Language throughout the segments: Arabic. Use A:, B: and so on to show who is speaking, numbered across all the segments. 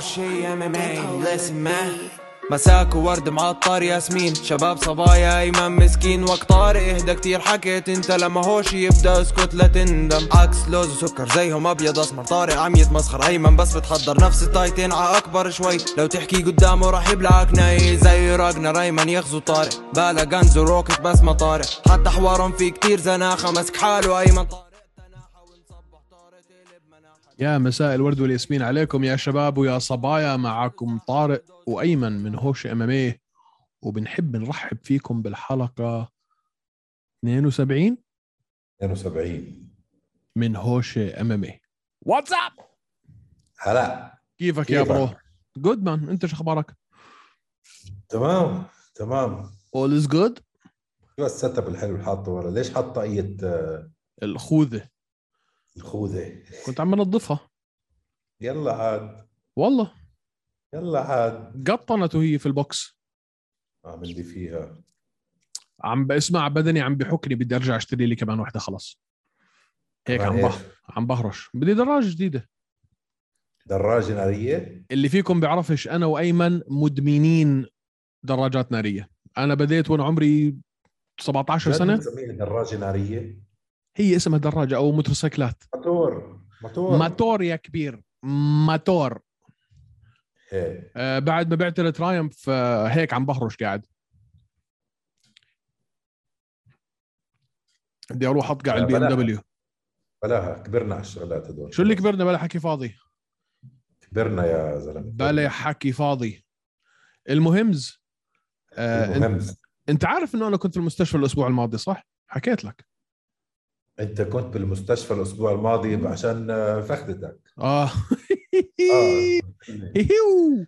A: شي ام ام اي listen man مساك وورد معطر ياسمين شباب صبايا ايمن مسكين وقت طارق اهدى كتير حكيت انت لما هوش يبدا اسكت لا تندم عكس لوز وسكر زيهم ابيض اسمر طارق عم يتمسخر ايمن بس بتحضر نفس التايتين ع اكبر شوي لو تحكي قدامه راح يبلعك ناي زي راجنا ريمان يغزو طارق بالا غنز وروكت بس ما طارق حتى حوارهم في كتير زناخه مسك حاله ايمن طارق
B: يا مساء الورد والياسمين عليكم يا شباب ويا صبايا معكم طارق وايمن من هوش ام ام وبنحب نرحب فيكم بالحلقه 72
C: 72
B: من هوش إيه. ام ام اي
D: واتس اب
C: هلا
B: كيفك يا
C: كيفك؟
B: برو جود مان انت شو اخبارك
C: تمام تمام
B: اول از جود
C: شو السيت اب الحلو اللي حاطه ورا ليش حاط طاقية آه،
B: الخوذه
C: الخوذة
B: كنت عم انظفها
C: يلا عاد
B: والله
C: يلا عاد
B: قطنت وهي في البوكس
C: عامل لي فيها
B: عم بسمع بدني عم بحكني بدي ارجع اشتري لي كمان وحده خلص هيك عم
C: بعرف.
B: بح... عم بهرش بدي دراجه جديده
C: دراجة نارية
B: اللي فيكم بيعرفش انا وايمن مدمنين دراجات ناريه انا بديت وانا عمري 17 سنه
C: بنسميها دراجة نارية
B: هي اسمها دراجه او موتوسيكلات
C: موتور موتور
B: ماتور يا كبير ماتور
C: إيه.
B: آه بعد ما بعت الترايمف آه هيك عم بهرش قاعد بدي اروح اطقع
C: لا
B: البي ام
C: بلاها.
B: دبليو
C: بلاها كبرنا على الشغلات هدول
B: شو اللي كبرنا بلا حكي فاضي
C: كبرنا يا زلمة
B: بلا آه، حكي فاضي المهمز آه انت,
C: المهم
B: انت عارف انه انا كنت في المستشفى الاسبوع الماضي صح حكيت لك
C: انت كنت بالمستشفى الاسبوع الماضي عشان آه، فخدتك
B: اه
C: آه.
B: هيو.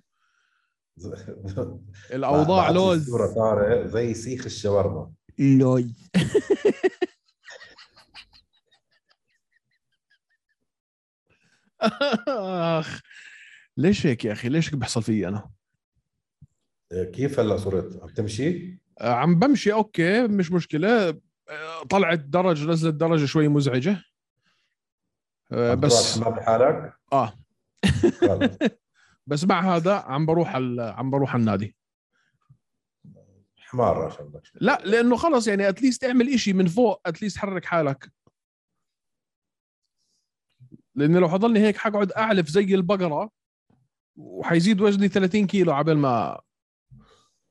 B: الاوضاع
C: بعت لي
B: لوز
C: صورة طارق زي سيخ الشاورما
B: لوز اخ ليش هيك يا اخي ليش هيك بيحصل في انا
C: آه، كيف هلا صرت عم تمشي
B: آه، عم بمشي اوكي مش مشكله آه، طلعت درجه نزلت درجه شوي مزعجه آه،
C: عم تروح
B: بس
C: الحمام بحالك
B: اه
C: خلص.
B: بس مع هذا عم بروح ال- عم بروح على النادي
C: حمار عشان بدك شو.
B: لا لانه خلص يعني اتليست اعمل إشي من فوق اتليست حرك حالك لاني لو حضلني هيك حقعد اعلف زي البقره وحيزيد وزني 30 كيلو عبال ما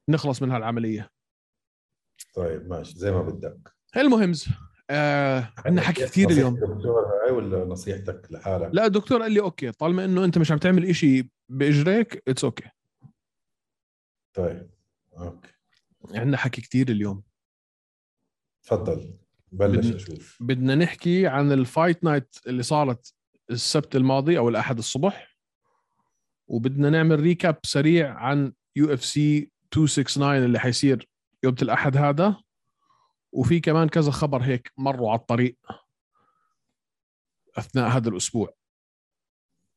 B: نخلص من هالعمليه
C: طيب ماشي زي ما بدك
B: المهمز آه عندنا حكي كثير
C: نصيحة
B: اليوم
C: الدكتور هاي ولا نصيحتك لحالك
B: لا الدكتور قال لي اوكي طالما انه انت مش عم تعمل إشي باجريك اتس اوكي
C: طيب اوكي
B: عندنا حكي كثير اليوم
C: تفضل بلش
B: بدنا-
C: نشوف
B: بدنا نحكي عن الفايت نايت اللي صارت السبت الماضي او الاحد الصبح وبدنا نعمل ريكاب سريع عن يو اف سي 269 اللي حيصير يوم الاحد هذا وفي كمان كذا خبر هيك مروا على الطريق اثناء هذا الاسبوع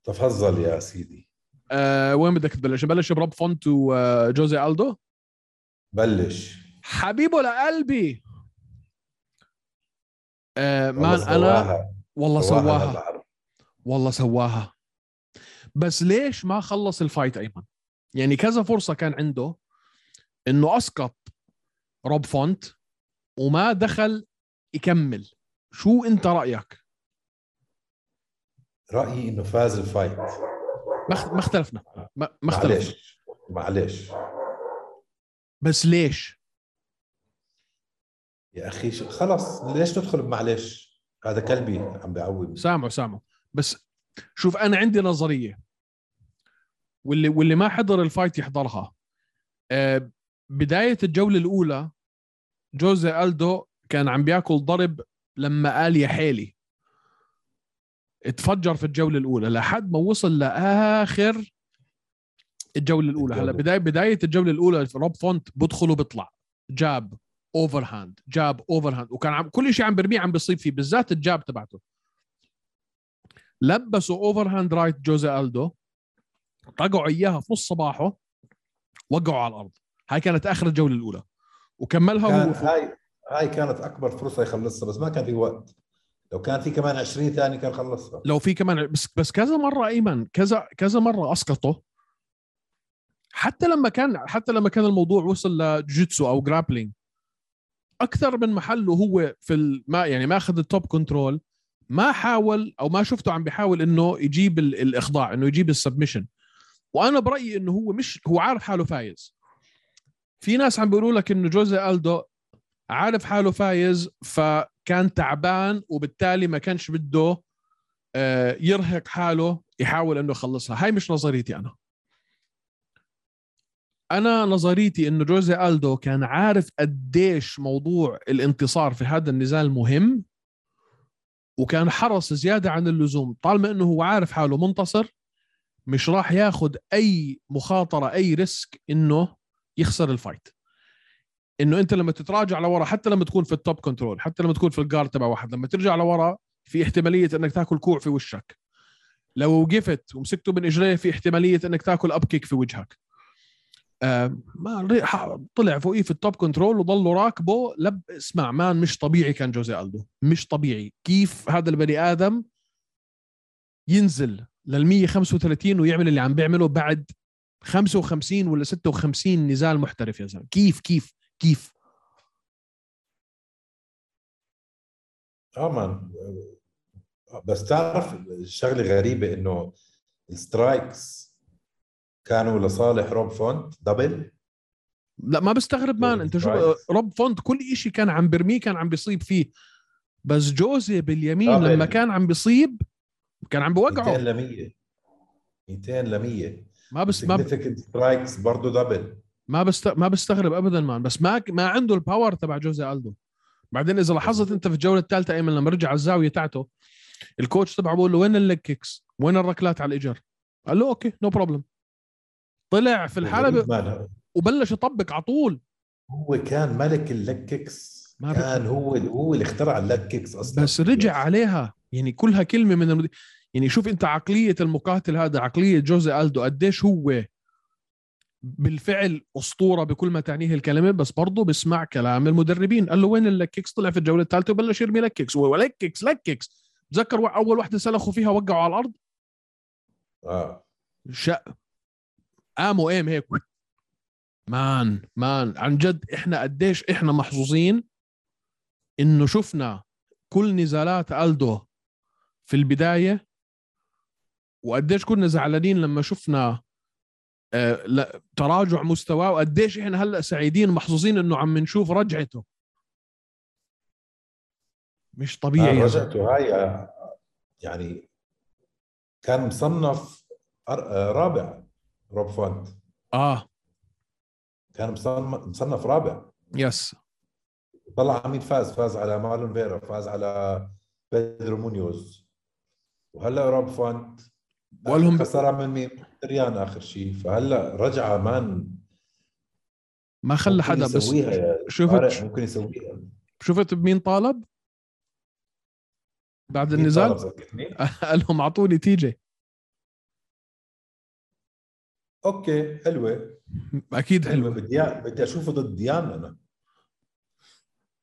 C: تفضل يا سيدي
B: أه وين بدك تبلش نبلش برب آه، فونت وجوزي الدو
C: بلش
B: حبيبه لقلبي أه مان
C: والله
B: انا
C: سواها.
B: والله
C: سواها
B: سواها
C: هلا عرفت.
B: والله سواها بس ليش ما خلص الفايت ايمن يعني كذا فرصه كان عنده انه اسقط روب فونت وما دخل يكمل شو انت رايك
C: رايي انه فاز الفايت
B: ما اخت- ما اختلفنا ما ما اختلفنا
C: معلش معلش
B: بس ليش
C: يا اخي شو- خلص ليش ندخل بمعلش هذا كلبي عم بيعوم
B: سامعوا سامعوا بس شوف انا عندي نظريه واللي واللي ما حضر الفايت يحضرها آه، بدايه الجوله الاولى جوزي الدو كان عم بياكل ضرب لما قال يا حيلي اتفجر في الجوله الاولى لحد ما وصل لاخر الجوله الاولى هلا
C: الجولة.
B: بدايه بدايه الجوله الاولى روب فونت بدخل وبيطلع جاب اوفر هاند جاب اوفر هاند وكان عم كل شيء عم برميه عم بيصيب فيه بالذات الجاب تبعته لبسوا اوفر هاند رايت جوزي الدو طقعوا اياها في نص صباحه وقعوا على الارض هاي كانت اخر الجوله الاولى وكملها
C: كان
B: هو
C: هاي هاي كانت اكبر فرصه يخلصها بس ما كان في وقت لو كان في كمان 20 ثانيه كان خلصها
B: لو في كمان بس بس كذا مره ايمن كذا كذا مره اسقطه حتى لما كان حتى لما كان الموضوع وصل لجوجيتسو او جرابلينج اكثر من محله هو في ال- ما يعني ما اخذ التوب كنترول ما حاول او ما شفته عم بيحاول انه يجيب ال- الاخضاع انه يجيب السبمشن وانا برايي انه هو مش هو عارف حاله فايز في ناس عم بيقولوا لك انه جوزي الدو عارف حاله فايز فكان تعبان وبالتالي ما كانش بده آه، يرهق حاله يحاول انه يخلصها هاي مش نظريتي انا انا نظريتي انه جوزي الدو كان عارف قديش موضوع الانتصار في هذا النزال مهم وكان حرص زياده عن اللزوم طالما انه هو عارف حاله منتصر مش راح ياخذ اي مخاطره اي ريسك انه يخسر الفايت انه انت لما تتراجع لورا حتى لما تكون في التوب كنترول حتى لما تكون في الجارد تبع واحد لما ترجع لورا في احتماليه انك تاكل كوع في وشك لو وقفت ومسكته من اجريه في احتماليه انك تاكل اب كيك في وجهك آه، ما ري- ح- طلع فوقيه في التوب كنترول وضلوا راكبه لب اسمع مان مش طبيعي كان جوزي الدو مش طبيعي كيف هذا البني ادم ينزل لل 135 ويعمل اللي عم بيعمله بعد 55 ولا 56 نزال محترف يا زلمه كيف كيف كيف
C: اه مان بس تعرف شغله غريبه انه السترايكس كانوا لصالح روب فونت دبل
B: لا ما بستغرب مان انت شو
C: بالعكس.
B: رب فونت كل إشي كان عم برميه كان عم بيصيب فيه بس جوزي باليمين
C: آه،
B: لما
C: بال-
B: كان عم بيصيب كان عم
C: 200
B: بوقعه
C: ل 100 200 ل 100
B: ما بس ما
C: سيجنفكت سترايكس برضه دبل
B: ما بست... ما بستغرب ابدا مان بس ما ما عنده الباور تبع جوزي الدو بعدين اذا لاحظت انت في الجوله الثالثه ايمن لما رجع على الزاويه تاعته الكوتش تبعه بقول له وين الليج كيكس؟ وين الركلات على الاجر؟ قال له اوكي نو بروبلم طلع في الحلبه
C: مان،
B: وبلش يطبق على طول
C: هو كان ملك اللك كيكس
B: ما ب-
C: كان هو هو اللي اخترع اللك كيكس اصلا
B: بس رجع عليها يعني كلها كلمه من المدي... يعني شوف انت عقليه المقاتل هذا عقليه جوزي الدو قديش هو بالفعل اسطوره بكل ما تعنيه الكلمه بس برضه بسمع كلام المدربين قال له وين اللككس طلع في الجوله الثالثه وبلش يرمي لككس ولككس لككس تذكر وا- اول وحده سلخوا فيها وقعوا على الارض
C: اه
B: شق قاموا ايم هيك مان مان عن جد احنا قديش احنا محظوظين انه شفنا كل نزالات الدو في البدايه وقديش كنا زعلانين لما شفنا آه، لا- تراجع مستواه وقديش احنا هلا سعيدين محظوظين انه عم نشوف رجعته مش طبيعي يعني.
C: آه،
B: يا زلمة.
C: رجعته هاي آه، يعني كان مصنف أر- آه، رابع روب فونت
B: اه
C: كان مصنف مصنف رابع
B: يس
C: طلع على مين فاز فاز على مارلون فيرا فاز على بيدرو مونيوز وهلا روب فونت
B: والهم-
C: خسرها من مين ريان اخر شيء فهلا رجعه مان
B: ما خلى
C: ممكن
B: حدا بس
C: يسويها يا طارق،
B: شفت
C: ممكن يسويها
B: شفت بمين طالب بعد
C: مين
B: النزال
C: طالب ذكرني؟
B: قال لهم اعطوني تي جي
C: اوكي حلوه
B: اكيد
C: حلوه
B: حلوه
C: بدي إياه- بدي اشوفه ضد ديان انا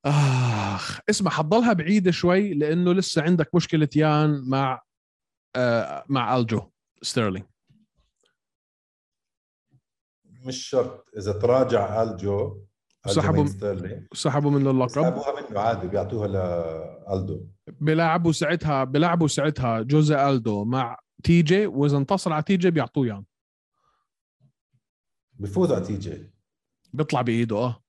B: اخ اسمع حضلها بعيده شوي لانه لسه عندك مشكله يان مع آه مع الجو ستيرلينج
C: مش شرط اذا تراجع الجو
B: سحبوا-
C: سحبوا ستيرلينج
B: سحبوا منه اللقب
C: سحبوها منه عادي بيعطوها لالدو
B: بيلعبوا ساعتها بيلعبوا ساعتها جوزي الدو مع تي جي واذا انتصر على تي جي بيعطوه يان
C: بفوز على تي جي
B: بيطلع بايده اه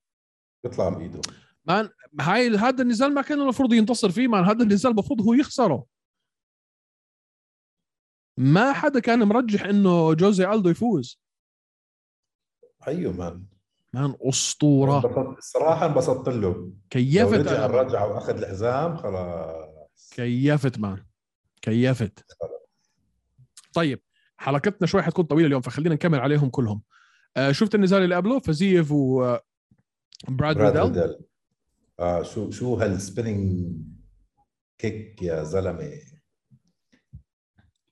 C: بيطلع بايده
B: مان هاي هذا النزال ما كان المفروض ينتصر فيه مان هذا النزال المفروض هو يخسره ما حدا كان مرجح انه جوزي الدو يفوز
C: ايوه مان
B: مان اسطوره
C: انبسطت- الصراحه انبسطت له لو
B: كيفت
C: رجع
B: أنا.
C: رجع واخذ الحزام خلاص
B: كيفت مان كيفت طيب حلقتنا شوي حتكون طويله اليوم فخلينا نكمل عليهم كلهم آه شفت النزال اللي قبله فزيف وبراد
C: براد
B: ريدل
C: ريدل اه شو شو هالسبيننج كيك يا زلمه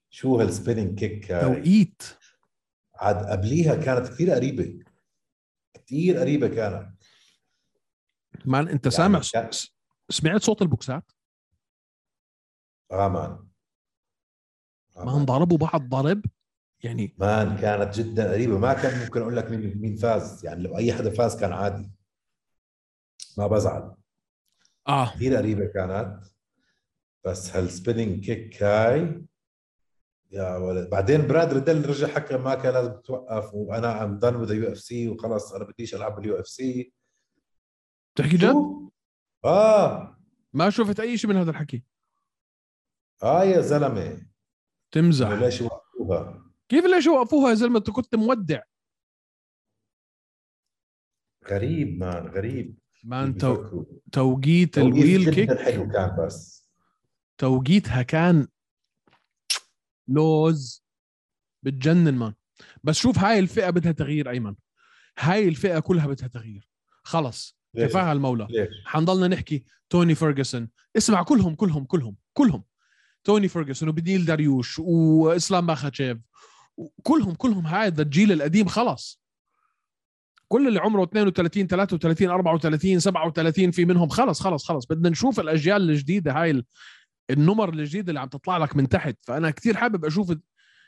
C: شو هالسبيننج كيك هاي
B: توقيت
C: عاد قبليها كانت كثير قريبه كثير قريبه كانت
B: مان انت
C: يعني
B: سامع
C: كان-
B: س- سمعت صوت البوكسات
C: اه مان آه،
B: مان ضربوا بعض ضرب يعني
C: مان كانت جدا قريبه ما كان ممكن اقول لك مين مين فاز يعني لو اي حدا فاز كان عادي ما بزعل
B: اه
C: كثير قريبه كانت بس هالسبيننج كيك هاي يا ولد بعدين براد ريدل رجع حكى ما كان لازم توقف وانا ام دن وذ يو اف سي وخلص انا بديش العب باليو اف سي
B: بتحكي جد؟
C: اه
B: ما شفت اي شيء من هذا الحكي
C: اه يا زلمه
B: تمزح
C: ليش وقفوها
B: كيف ليش وقفوها يا زلمه انت كنت مودع
C: غريب مان غريب
B: ما انت
C: بيفكروا.
B: توقيت
C: توقيت
B: الويل
C: جداً
B: كيك
C: حلو كان بس
B: توقيتها كان لوز بتجنن مان بس شوف هاي الفئه بدها تغيير ايمن هاي الفئه كلها بدها تغيير خلص
C: ليش؟
B: كفاها المولى
C: ليش؟
B: حنضلنا نحكي توني فيرجسون اسمع كلهم كلهم كلهم كلهم توني فيرجسون وبديل داريوش واسلام ماخاتشيف كلهم كلهم هذا الجيل القديم خلص كل اللي عمره 32 33 34 37 في منهم خلص خلص خلص بدنا نشوف الاجيال الجديده هاي ال- النمر الجديده اللي عم تطلع لك من تحت فانا كثير حابب اشوف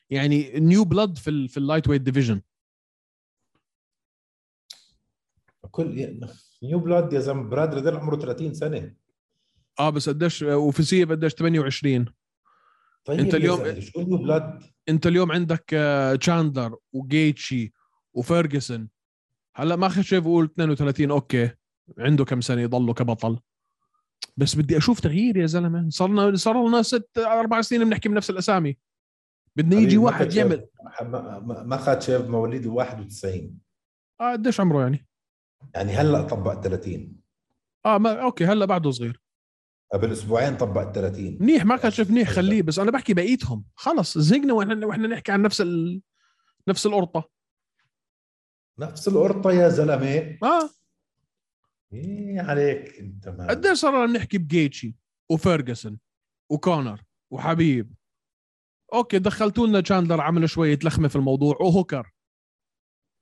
B: يعني نيو بلاد في ال في اللايت ويت ديفيجن
C: كل نيو بلاد يا زلمه براد ريدل عمره 30 سنه
B: اه بس قديش وفيسيه قديش 28
C: طيب
B: أنت
C: يا
B: اليوم-
C: زلمة، شو نيو بلاد
B: انت اليوم عندك آه، تشاندلر وجيتشي وفيرجسون هلا ما خشيف قول 32 اوكي عنده كم سنه يضله كبطل بس بدي اشوف تغيير يا زلمه صرنا صار لنا ست اربع سنين بنحكي بنفس الاسامي بدنا يجي
C: حبيبي،
B: واحد
C: ماخاتشيف-
B: يعمل
C: ما- ما- ماخاتشيف مواليد ال 91
B: اه قديش عمره يعني
C: يعني هلا طبق 30
B: اه ما اوكي هلا بعده صغير
C: قبل اسبوعين طبق 30
B: منيح ما كان شاف منيح خليه بس انا بحكي بقيتهم خلص زهقنا واحنا واحنا نحكي عن نفس ال... نفس القرطه
C: نفس القرطه يا زلمه
B: اه
C: ايه عليك انت ما
B: أه، قديش صار لنا بنحكي بجيتشي وفيرجسون وكونر وحبيب اوكي دخلتوا لنا تشاندلر عمل شويه لخمه في الموضوع وهوكر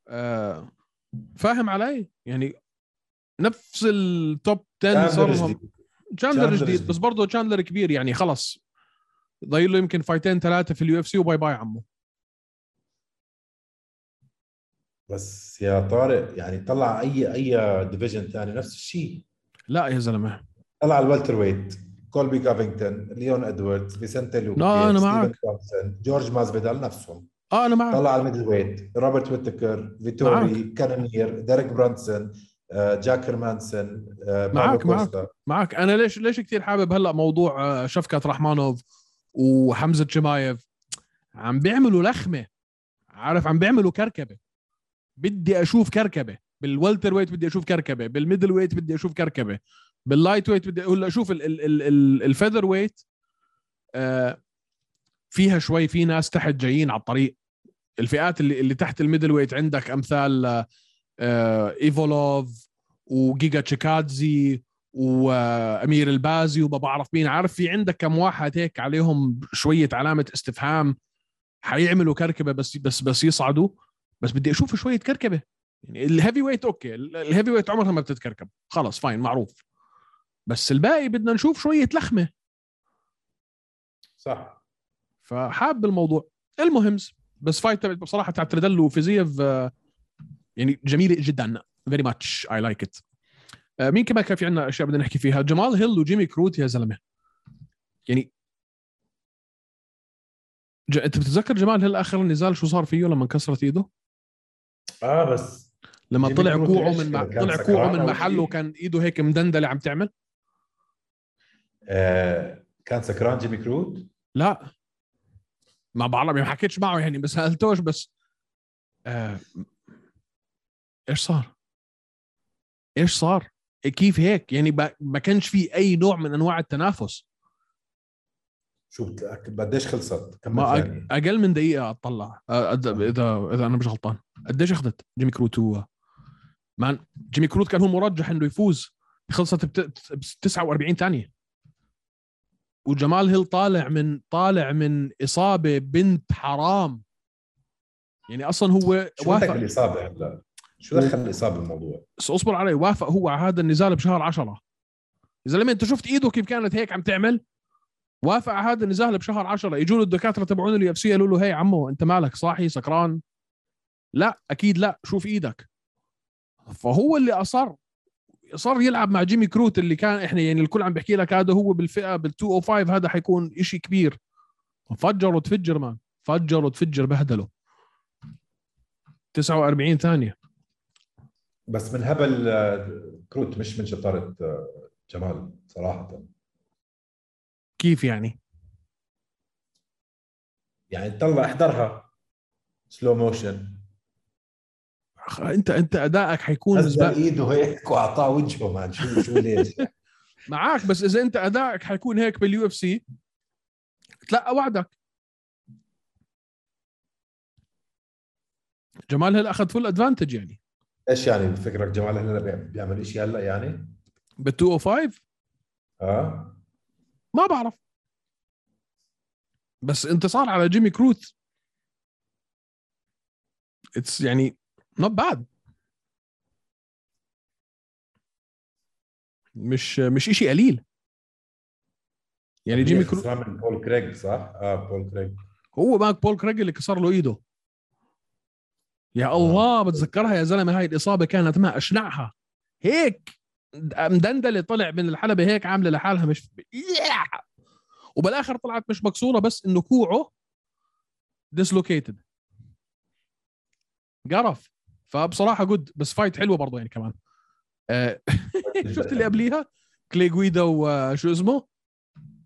B: آه فاهم علي؟ يعني نفس التوب 10 يعني صار
C: تشاندلر
B: لهم
C: جديد.
B: تشاندلر
C: تشاندلر
B: جديد
C: جديد.
B: بس برضه تشاندلر كبير يعني خلص ضايل له يمكن فايتين ثلاثه في اليو اف سي وباي باي عمو
C: بس يا طارق يعني طلع اي اي ديفيجن ثاني نفس الشيء
B: لا يا زلمه
C: طلع الوالتر ويت كولبي كافينغتون ليون ادواردز فيسنتي لوبيز
B: لا، أنا
C: ستيفن
B: معك.
C: تومسون جورج مازفيدال نفسهم
B: اه انا معك
C: طلع على الميدل ويت روبرت ويتكر فيتوري كانونير ديريك برانسون آه، جاك هرمانسون آه، بابا
B: معك، معك.
C: كوستا.
B: معك انا ليش ليش كثير حابب هلا موضوع آه، شفكت رحمانوف وحمزه شمايف عم بيعملوا لخمه عارف عم بيعملوا كركبه بدي اشوف كركبه بالولتر ويت بدي اشوف كركبه بالميدل ويت بدي اشوف كركبه باللايت ويت بدي هلا شوف ال- ال- ال- ال- الفيذر ويت آه، فيها شوي في ناس تحت جايين على الطريق الفئات اللي اللي تحت الميدل ويت عندك امثال آه، آه، ايفولوف وجيجا تشيكادزي وامير البازي وما بعرف مين عارف في عندك كم واحد هيك عليهم شويه علامه استفهام حيعملوا كركبه بس بس بس يصعدوا بس بدي اشوف شويه كركبه يعني الهيفي ويت اوكي ال- الهيفي ويت عمرها ما بتتكركب خلص فاين معروف بس الباقي بدنا نشوف شويه لخمه
C: صح
B: فحاب الموضوع المهم بس فايت تبعت بصراحه تاعت ريدل وفيزيف آه، يعني جميله جدا فيري ماتش اي لايك ات آه، مين كمان كان في عندنا اشياء بدنا نحكي فيها جمال هيل وجيمي كروت يا زلمه يعني ج... انت بتتذكر جمال هيل اخر النزال شو صار فيه لما انكسرت ايده
C: اه بس
B: لما
C: جيمي
B: طلع
C: كروت
B: كوعه
C: إيش
B: من مع...
C: كان
B: طلع
C: سكران
B: كوعه من
C: أو
B: محله
C: شيء؟
B: وكان ايده هيك مدندله عم تعمل
C: آه، كان سكران جيمي كروت
B: لا ما بعرف ما حكيتش معه يعني بس سالتوش بس آه ايش صار؟ ايش صار؟ كيف هيك؟ يعني ما- ما كانش في اي نوع من انواع التنافس
C: شو بتلاقي قديش خلصت كم
B: ما أق-
C: ثانيه
B: اقل من دقيقه اطلع آه، أد- اذا اذا انا مش غلطان قديش اخذت جيمي كروت هو مان جيمي كروت كان هو مرجح انه يفوز خلصت ب 49 ثانيه وجمال هيل طالع من طالع من اصابه بنت حرام يعني اصلا هو
C: شو بدك
B: وافق
C: الاصابه هلا شو دخل الاصابه الموضوع
B: بس اصبر علي وافق هو على هذا النزال بشهر 10 يا زلمه انت شفت ايده كيف كانت هيك عم تعمل وافق على هذا النزال بشهر 10 اجوا له الدكاتره تبعون اليو اف سي قالوا له هي عمو انت مالك صاحي سكران لا اكيد لا شوف ايدك فهو اللي اصر صار يلعب مع جيمي كروت اللي كان احنا يعني الكل عم بيحكي لك هذا هو بالفئه بال 205 هذا حيكون إشي كبير فجر وتفجر مان فجر وتفجر بهدله 49 ثانيه
C: بس من هبل آه، كروت مش من شطاره آه، جمال صراحه
B: كيف يعني
C: يعني طلع احضرها سلو موشن
B: أخ، انت انت ادائك حيكون
C: نزل
B: زبا-
C: ايده هيك واعطاه وجهه مان شو شو ليش
B: معك بس اذا انت ادائك حيكون هيك باليو اف سي تلقى وعدك جمال هيل اخذ فول ادفانتج يعني
C: ايش يعني بفكرك جمال هلا بيع- بيعمل شيء هلا يعني؟
B: بال 205
C: اه
B: ما بعرف بس انتصار على جيمي كروت اتس يعني نوت باد مش مش شيء قليل يعني جيمي كروت
C: خسران من بول كريج صح؟ اه بول كريج
B: هو ماك بول كريج اللي كسر له ايده يا الله بتذكرها يا زلمه هاي الاصابه كانت ما اشنعها هيك مدندله طلع من الحلبه هيك عامله لحالها مش ياه! وبالاخر طلعت مش مكسوره بس انه كوعه ديسلوكيتد قرف فبصراحه جود بس فايت حلوه برضه يعني كمان آه، شفت اللي قبليها كلي جويدا وشو اسمه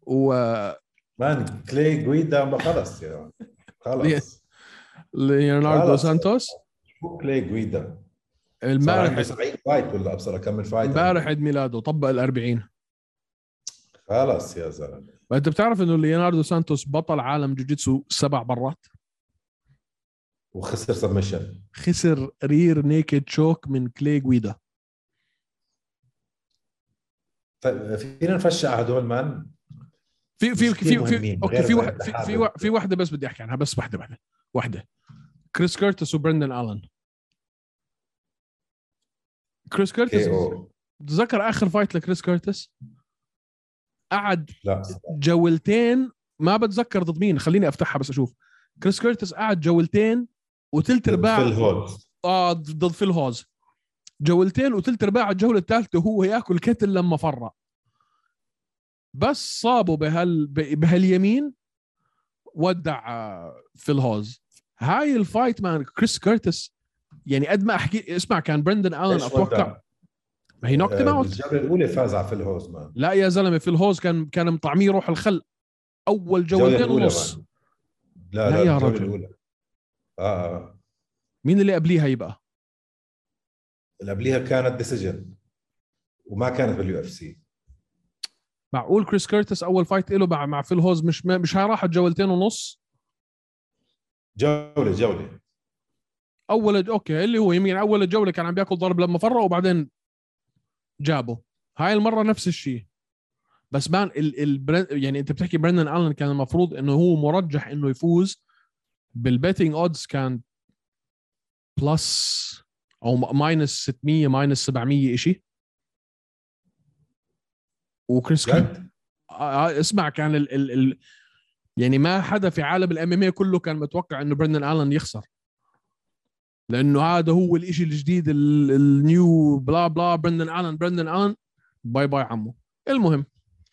B: و آه،
C: مان كلي جويدا ما خلص يا مان. خلص
B: ليوناردو
C: خلص.
B: سانتوس
C: شو كلي جويدا صار
B: امبارح
C: عنده 70 فايت ولا ابصر اكمل فايت
B: امبارح عيد ميلاده طبق ال 40
C: خلص يا زلمه
B: وانت بتعرف انه ليوناردو سانتوس بطل عالم جوجيتسو سبع مرات
C: وخسر سبمشن
B: خسر رير نيكد شوك من كلي جويدا
C: طيب فينا نفشع هدول مان
B: في في
C: مش
B: في
C: كتير
B: في
C: مهمين،
B: اوكي
C: غير
B: في واحد
C: الاتحاد
B: في في,
C: وال-
B: وا- في واحده بس بدي احكي عنها بس واحده واحده واحده كريس كيرتس وبرندن الن كريس
C: كي
B: كيرتس
C: او
B: تذكر اخر فايت لكريس كيرتس قعد
C: لا
B: جولتين ما بتذكر ضد مين خليني افتحها بس اشوف كريس كيرتس قعد جولتين وثلث ارباع
C: فيل هولز
B: اه ضد فيل هوز جولتين وثلث ارباع الجوله الثالثه وهو ياكل كتل لما فرق بس صابه بهال ب- بهاليمين ودع آه، فيل هوز هاي الفايت مان كريس كيرتس يعني قد ما احكي اسمع كان برندن الن
C: إيش
B: اتوقع
C: وضع؟
B: ما هي نوكت
C: آه،
B: اوت
C: بالجوله الاولى فاز على فيل هولز مان
B: لا يا زلمه فيل هوز كان كان مطعميه روح الخلق اول
C: الجولة
B: جولتين
C: الأولى
B: ونص
C: مان. لا
B: لا
C: لا
B: يا
C: الجولة
B: رجل.
C: الاولى اه اه
B: مين اللي قبليها يبقى
C: اللي قبليها كانت ديسيجن وما كانت باليو اف سي
B: معقول كريس كيرتس اول فايت له مع مع فيل هوز مش مش هاي راحت جولتين ونص
C: جوله جوله
B: اول ج- اوكي اللي هو يمين اول جوله كان عم بياكل ضرب لما فرق وبعدين جابه هاي المره نفس الشيء بس مان ال ال برن- يعني انت بتحكي برندن الن كان المفروض انه هو مرجح انه يفوز بالبيتنج اودز كان بلس او ماينس 600 ماينس 700 شيء وكريس كيرتس
C: جد؟
B: آه، آه، اسمع كان ال ال ال يعني ما حدا في عالم الام ام كله كان متوقع انه برندن الن يخسر لانه هذا هو الإشي الجديد ال- النيو بلا بلا برندن الن برندن الن باي باي عمو المهم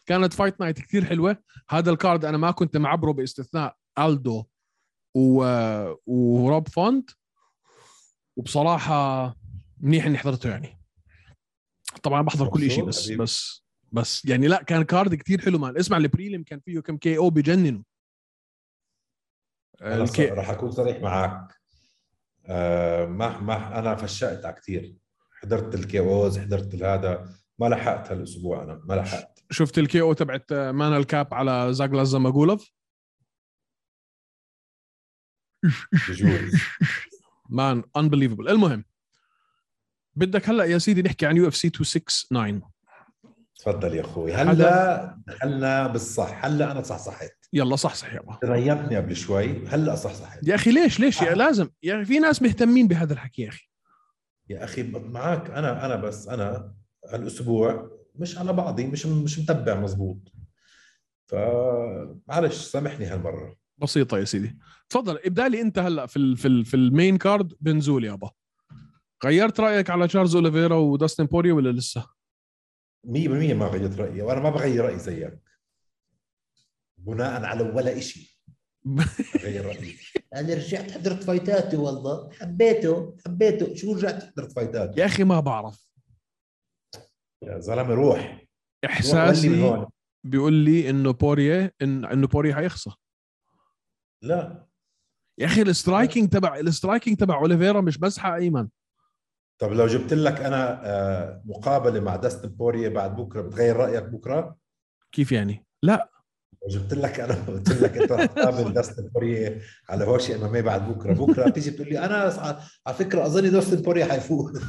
B: كانت فايت نايت كثير حلوه هذا الكارد انا ما كنت معبره باستثناء الدو و... وروب فونت وبصراحه منيح اني حضرته يعني طبعا بحضر كل شيء
C: مبسوط
B: بس
C: حبيبي.
B: بس بس يعني لا كان كارد كتير حلو مان اسمع البريلم كان فيه كم كي او بجننوا
C: أنا
B: الكي-
C: ص- رح اكون صريح معك آه ما ما انا فشقت على كثير حضرت الكي اوز حضرت الهذا ما لحقت هالاسبوع انا ما لحقت
B: شفت الكي او تبعت مانا الكاب على زاغلاس زماجولوف
C: بجوز
B: مان انبليفبل المهم بدك هلا يا سيدي نحكي عن يو اف سي 269
C: تفضل يا اخوي هلا دخلنا بالصح هلا انا صحصحت
B: يلا صح صح يابا
C: تنيمتني قبل شوي هلا صحصحت
B: يا اخي ليش ليش يا لازم يا اخي في ناس مهتمين بهذا الحكي يا اخي
C: يا اخي معك انا انا بس انا هالاسبوع مش على بعضي مش مش متبع مزبوط فمعلش سامحني هالمره
B: بسيطه يا سيدي تفضل ابدا لي انت هلا في ال في ال في المين كارد بنزول يابا غيرت رايك على تشارلز اوليفيرا وداستن بوري ولا لسه
C: 100% ما غيرت رايي وانا ما بغير رايي زيك بناء على ولا شيء غير رايي انا رجعت حضرت فايتاته والله حبيته حبيته شو رجعت حضرت فايتاته
B: يا اخي ما بعرف
C: يا زلمه روح روح ولي من
B: احساسي
C: هون
B: بيقول لي انه بوريه إن انه بوريه حيخسر
C: لا
B: يا اخي السترايكنج تبع السترايكنج تبع اوليفيرا مش مزحه ايمن
C: طب لو جبت لك انا آه، مقابله مع داستن بوريه بعد بكره بتغير رايك بكره؟
B: كيف يعني لا
C: لو جبت لك انا قلت لك انت رح تقابل داستن بوريه على هوشي ام ام إيه بعد بكره بكره بتيجي بتقول لي انا على- على فكره اظن داستن بوريه حيفوز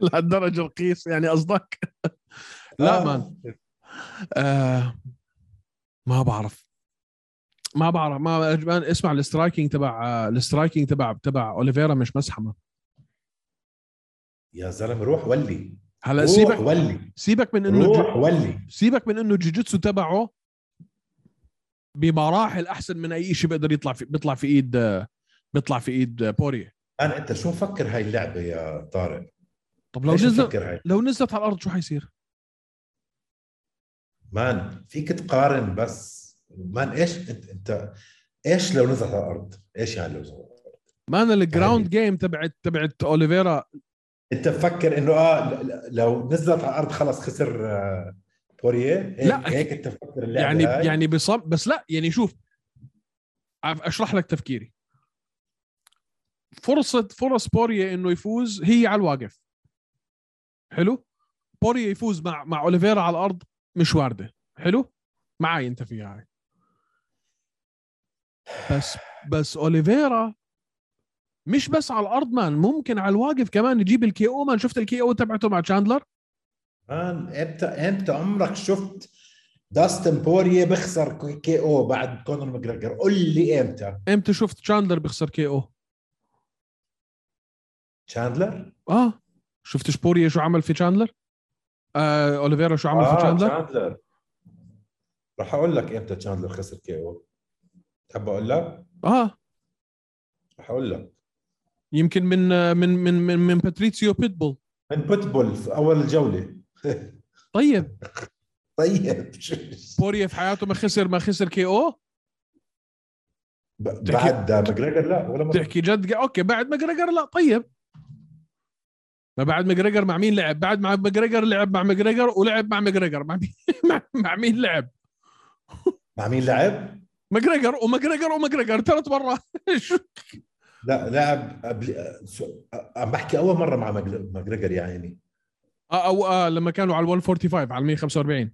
B: لهالدرجه القيس يعني قصدك لا
C: آه.
B: مان آه ما بعرف ما بعرف ما أجبان اسمع السترايكنج تبع السترايكنج تبع تبع اوليفيرا مش مسحمه
C: يا زلمه روح ولي
B: هلا
C: روح
B: سيبك
C: ولي
B: سيبك من انه جو-
C: روح ولي
B: سيبك من انه الجوجيتسو تبعه بمراحل احسن من اي شيء بيقدر يطلع في بيطلع في ايد آه، بيطلع في ايد آه، بوريه
C: انا انت شو مفكر هاي اللعبه يا طارق؟
B: طب لو
C: إيش
B: نزل
C: مفكر هاي؟
B: لو نزلت على الارض شو حيصير؟
C: مان فيك تقارن بس مان ايش انت انت ايش لو نزلت على الارض؟ ايش يعني لو نزلت على الارض؟
B: ما انا الجراوند جيم تبعت تبعت اوليفيرا
C: انت مفكر انه اه ل- ل- لو نزلت على الارض خلص خسر آه، بوريه هيك,
B: لا.
C: هيك انت مفكر اللعبه
B: يعني
C: هاي؟
B: يعني بصم بس لا يعني شوف عف- اشرح لك تفكيري فرصه فرص بوريه انه يفوز هي على الواقف حلو بوريه يفوز مع مع اوليفيرا على الارض مش وارده حلو معي انت فيها هاي بس بس اوليفيرا مش بس على الارض مان ممكن على الواقف كمان يجيب الكي او مان شفت الكي او تبعته مع تشاندلر
C: مان امتى امتى عمرك شفت داستن بوريه بخسر كي او بعد كونر ماجريجر قول لي امتى
B: امتى شفت تشاندلر بيخسر كي او
C: تشاندلر
B: اه شفت شبوريا شو عمل في تشاندلر؟ آه اوليفيرا شو عمل آه في تشاندلر؟
C: تشاندلر رح اقول لك امتى تشاندلر خسر كي او تحب اقول لك
B: اه
C: رح اقول لك
B: يمكن من آه، من من من, من باتريتسيو بيتبول
C: من بوتبول في اول جوله
B: طيب
C: طيب
B: بوريا في حياته ما خسر ما خسر كي او
C: ب-
B: بتحكي-
C: بعد ماجريجر لا ولا مرة.
B: بتحكي جد اوكي بعد ماجريجر لا طيب ما بعد ماجريجر مع مين لعب؟ بعد مع ماجريجر لعب مع ماجريجر ولعب مع ماجريجر مع مين مع, مع مين لعب؟
C: مع مين لعب؟
B: ماجريجر وماجريجر وماجريجر ثلاث مرات شو-
C: لا لعب قبل سو- عم بحكي اول مره مع ماجل- ماجريجر يا عيني
B: آه او آه لما كانوا على 145 على 145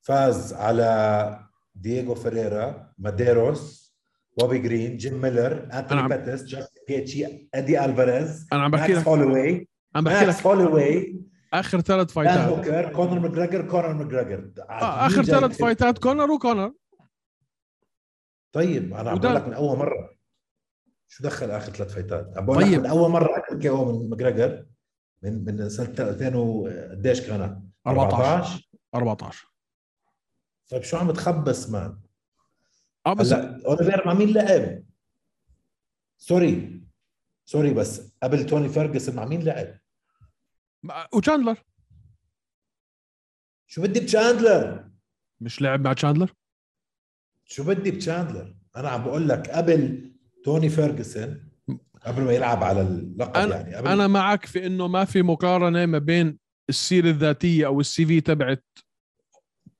C: فاز على دييغو فيريرا ماديروس بوبي جرين جيم ميلر
B: أنا عم-
C: انتوني باتيس جاستن جيتشي ادي الفاريز
B: انا عم نعم. بحكي
C: ماكس
B: لك
C: هولوواي
B: عم بحكي لك
C: ماكس هولوواي
B: اخر ثلاث
C: دان
B: فايتات
C: هوكر كونر ماجريجر كونر ماجريجر
B: آه اخر ثلاث فايتات كونر وكونر
C: طيب انا عم
B: وده-
C: بقول لك من اول مره شو دخل اخر ثلاث فايتات؟ عم بقول لك
B: طيب.
C: من اول مره اكل كي او من ماجريجر من من سنه 2000 وقديش كانت؟
B: 14 14
C: طيب شو عم تخبص مان؟
B: اه بس
C: هلا اوليفير مع مين لعب؟ سوري سوري بس قبل توني فيرجسون مع مين لعب؟
B: آه، وتشاندلر
C: شو بدي بتشاندلر؟
B: مش لعب مع تشاندلر
C: شو بدي بتشاندلر؟ انا عم بقول لك قبل توني فيرجسون قبل ما يلعب على اللقب
B: أنا-
C: يعني قبل
B: انا معك في انه ما في مقارنه ما بين السيره الذاتيه او السي في تبعت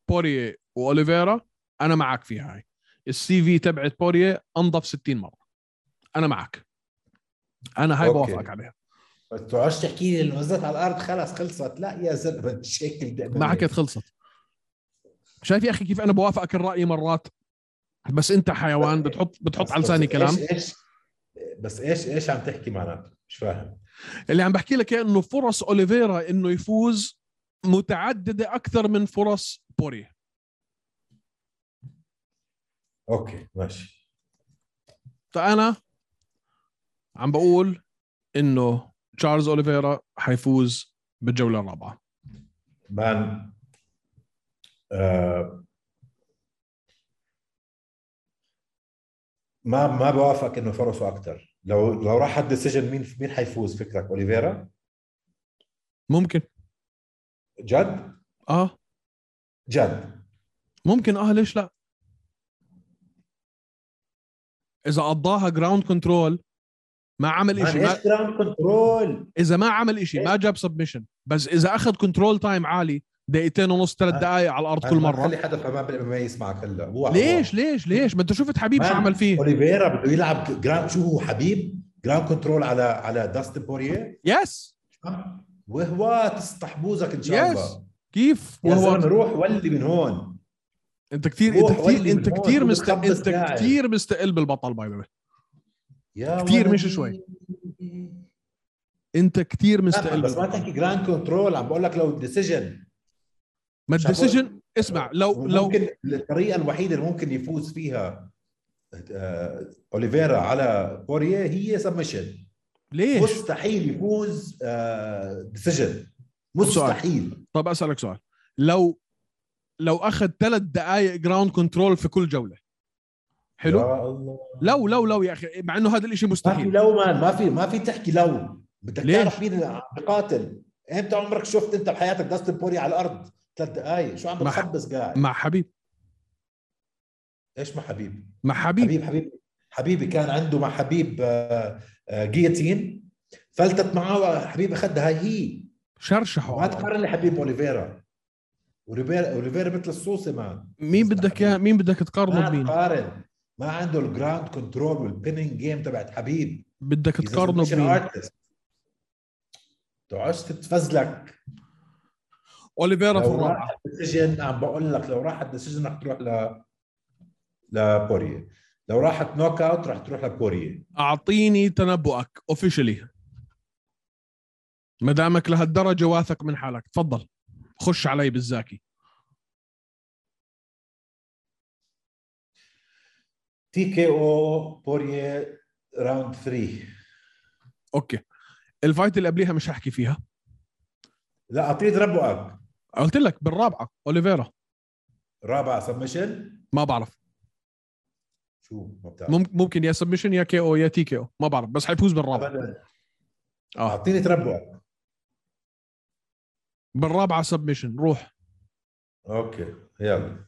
B: بوريه واوليفيرا انا معك فيها هاي السي في تبعت بوريه انظف 60 مره انا معك انا هاي
C: أوكي.
B: بوافقك عليها
C: ما تقعدش تحكي لي انه نزلت على الارض خلص خلصت لا يا زلمه شكل دائما
B: ما حكيت خلصت شايف يا اخي كيف انا بوافقك الراي مرات بس انت حيوان بتحط بتحط على لساني كلام
C: إيش إيش بس ايش ايش عم تحكي معناته؟ مش فاهم
B: اللي عم بحكي لك إياه انه فرص اوليفيرا انه يفوز متعدده اكثر من فرص بوريه
C: اوكي ماشي
B: فانا عم بقول انه تشارلز اوليفيرا حيفوز بالجوله الرابعه
C: مان آه ما ما بوافقك انه فرصه اكثر لو لو راح على الديسيجن مين مين حيفوز فكرك اوليفيرا
B: ممكن
C: جد
B: اه
C: جد
B: ممكن اه ليش لا اذا قضاها جراوند كنترول ما عمل
C: مان،
B: شيء ما
C: ايش جراوند كنترول
B: اذا ما عمل شيء ما
C: إيه.
B: جاب سبمشن بس اذا اخذ كنترول تايم عالي دقيقتين ونص ثلاث
C: آه.
B: دقائق على الارض كل
C: أنا ما
B: مره
C: خلي حدا في امام بالام ام إيه يسمعك هلا هو
B: ليش ليش ليش ما انت شفت حبيب شو
C: مان،
B: عمل فيه
C: اوليفيرا بده يلعب جراند شو هو حبيب جراند كنترول على على داستن بوريه
B: يس
C: وهو تستحبوزك ان شاء
B: Yes.
C: الله
B: كيف
C: يا زلمه
B: وهو
C: روح ولي من هون
B: انت كثير
C: روح
B: انت كثير
C: ودي
B: انت
C: بالهون،
B: كثير
C: روح
B: مست...
C: خبص
B: انت
C: لاعب.
B: كثير مستقل بالبطل باي ذا
C: يا
B: كتير
C: ولدي.
B: مش شوي. انت كثير
C: لا،
B: مستقل
C: بس ما
B: بالبطل.
C: تحكي جراند كنترول عم بقول لك لو الديسيجن
B: ما
C: مش عم بقول-
B: الديسيجن اسمع لو لو
C: ممكن الطريقه الوحيده اللي ممكن يفوز فيها آه، اوليفيرا على بوريه هي سبمشن
B: ليش
C: مستحيل يفوز ديسيجن مستحيل
B: طب اسالك سؤال لو لو اخذ ثلاث دقائق جراوند كنترول في كل جوله حلو
C: يا الله
B: لو لو لو يا اخي مع انه هذا الاشي
C: ما في
B: مستحيل
C: لو مان ما في ما في تحكي لو بدك
B: ليش؟
C: تعرف مين اللي عم بقاتل امتى عمرك شفت انت بحياتك داستن بوري على الارض ثلاث دقائق شو عم
B: مع-
C: بتخبص قاعد
B: مع حبيب
C: ايش مع حبيب
B: مع حبيب
C: حبيب حبيب حبيبي كان عنده مع حبيب آه، آه، جياتين فلتت معاه حبيب اخذها هاي هي ما
B: شرشحه
C: تقارن لي حبيب اوليفيرا اوليفيرا اوليفيرا مثل الصوصي مان
B: مين بدك يا مين بدك تقارنه
C: ما
B: بمين
C: تقارن ما عنده الجراوند كنترول والبيننج جيم تبعت حبيب
B: بدك
C: He's a
B: تقارنه
C: submission
B: بمين
C: artist. تقعدش تتفزلك
B: اوليفيرا في
C: لو
B: الرابعه
C: راح الديسيجن عم بقول لك لو راح الديسيجن رح تروح ل لبوريه لو راحت نوك اوت رح تروح لبوريه
B: اعطيني تنبؤك اوفيشلي ما دامك لهالدرجه واثق من حالك تفضل خش علي بالزاكي
C: تي كي او بوريه راوند 3
B: اوكي الفايت اللي قبليها مش هحكي فيها
C: لا اعطيه ربعك
B: قلت لك بالرابعه اوليفيرا
C: رابع سبمشن
B: ما بعرف
C: شو ما بتعرف
B: مم- ممكن يا سبمشن يا كي او يا تي كي او ما بعرف بس حيفوز بالرابعه
C: أبداً. آه،
B: اه
C: اعطيني تربعك
B: بالرابعه سبمشن روح
C: اوكي يلا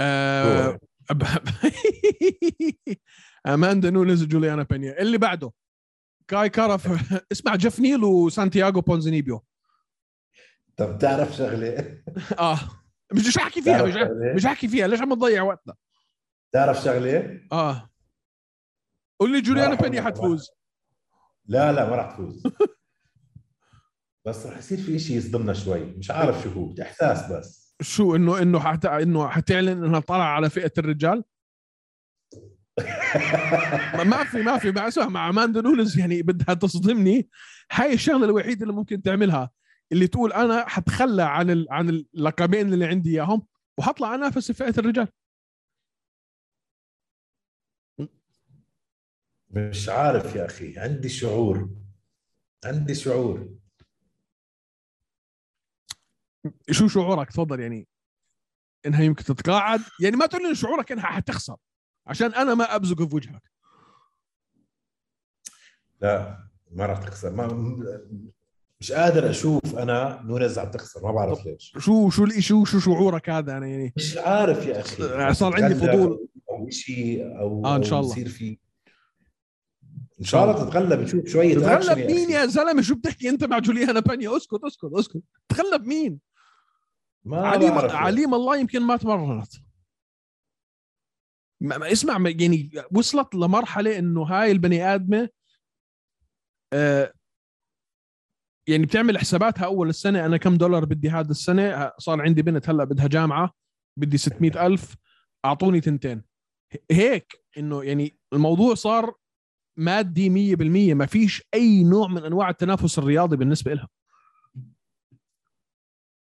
B: آه اماندا نونز وجوليانا بينيا اللي بعده كاي كارف اسمع جيف نيل وسانتياغو بونزينيبيو
C: طب بتعرف شغله
B: اه مش مش احكي فيها
C: بتعرف
B: مش
C: شغلة؟
B: مش احكي فيها ليش عم تضيع وقتنا
C: بتعرف شغله
B: اه قول لي جوليانا
C: مرحبا.
B: بينيا حتفوز
C: لا لا ما راح تفوز بس راح يصير في شيء يصدمنا شوي مش عارف شو هو احساس بس
B: شو انه انه حت... انه حتعلن انها طالعه على فئه الرجال ما- ما في ما في مع اسمها مع اماندا نونز يعني بدها تصدمني هاي الشغله الوحيده اللي ممكن تعملها اللي تقول انا حتخلى عن ال... عن اللقبين اللي عندي اياهم وحطلع انافس فئه الرجال
C: مش عارف يا اخي عندي شعور عندي شعور
B: شو شعورك تفضل يعني انها يمكن تتقاعد يعني ما تقول لي شعورك انها حتخسر عشان انا ما ابزق في وجهك
C: لا ما راح تخسر ما مش قادر اشوف انا نونز عم تخسر ما بعرف ليش
B: شو شو الاشي وشو شعورك هذا انا يعني
C: مش عارف يا يعني اخي
B: صار عندي فضول.
C: او شيء او
B: آه، إن شاء
C: أو
B: الله.
C: يصير في ان شاء الله تتغلب نشوف شويه action
B: تتغلب مين
C: أخي.
B: يا زلمه شو بتحكي انت مع جوليانا بانيا اسكت اسكت اسكت تتغلب مين
C: ما
B: عليم
C: بعرف.
B: عليم الله يمكن ما تمرنت ما ما اسمع ما- يعني وصلت لمرحله انه هاي البني ادمه آه يعني بتعمل حساباتها اول السنه انا كم دولار بدي هذا السنه صار عندي بنت هلا بدها جامعه بدي 600 ألف اعطوني تنتين ه- هيك انه يعني الموضوع صار مادي 100% ما فيش اي نوع من انواع التنافس الرياضي بالنسبه لها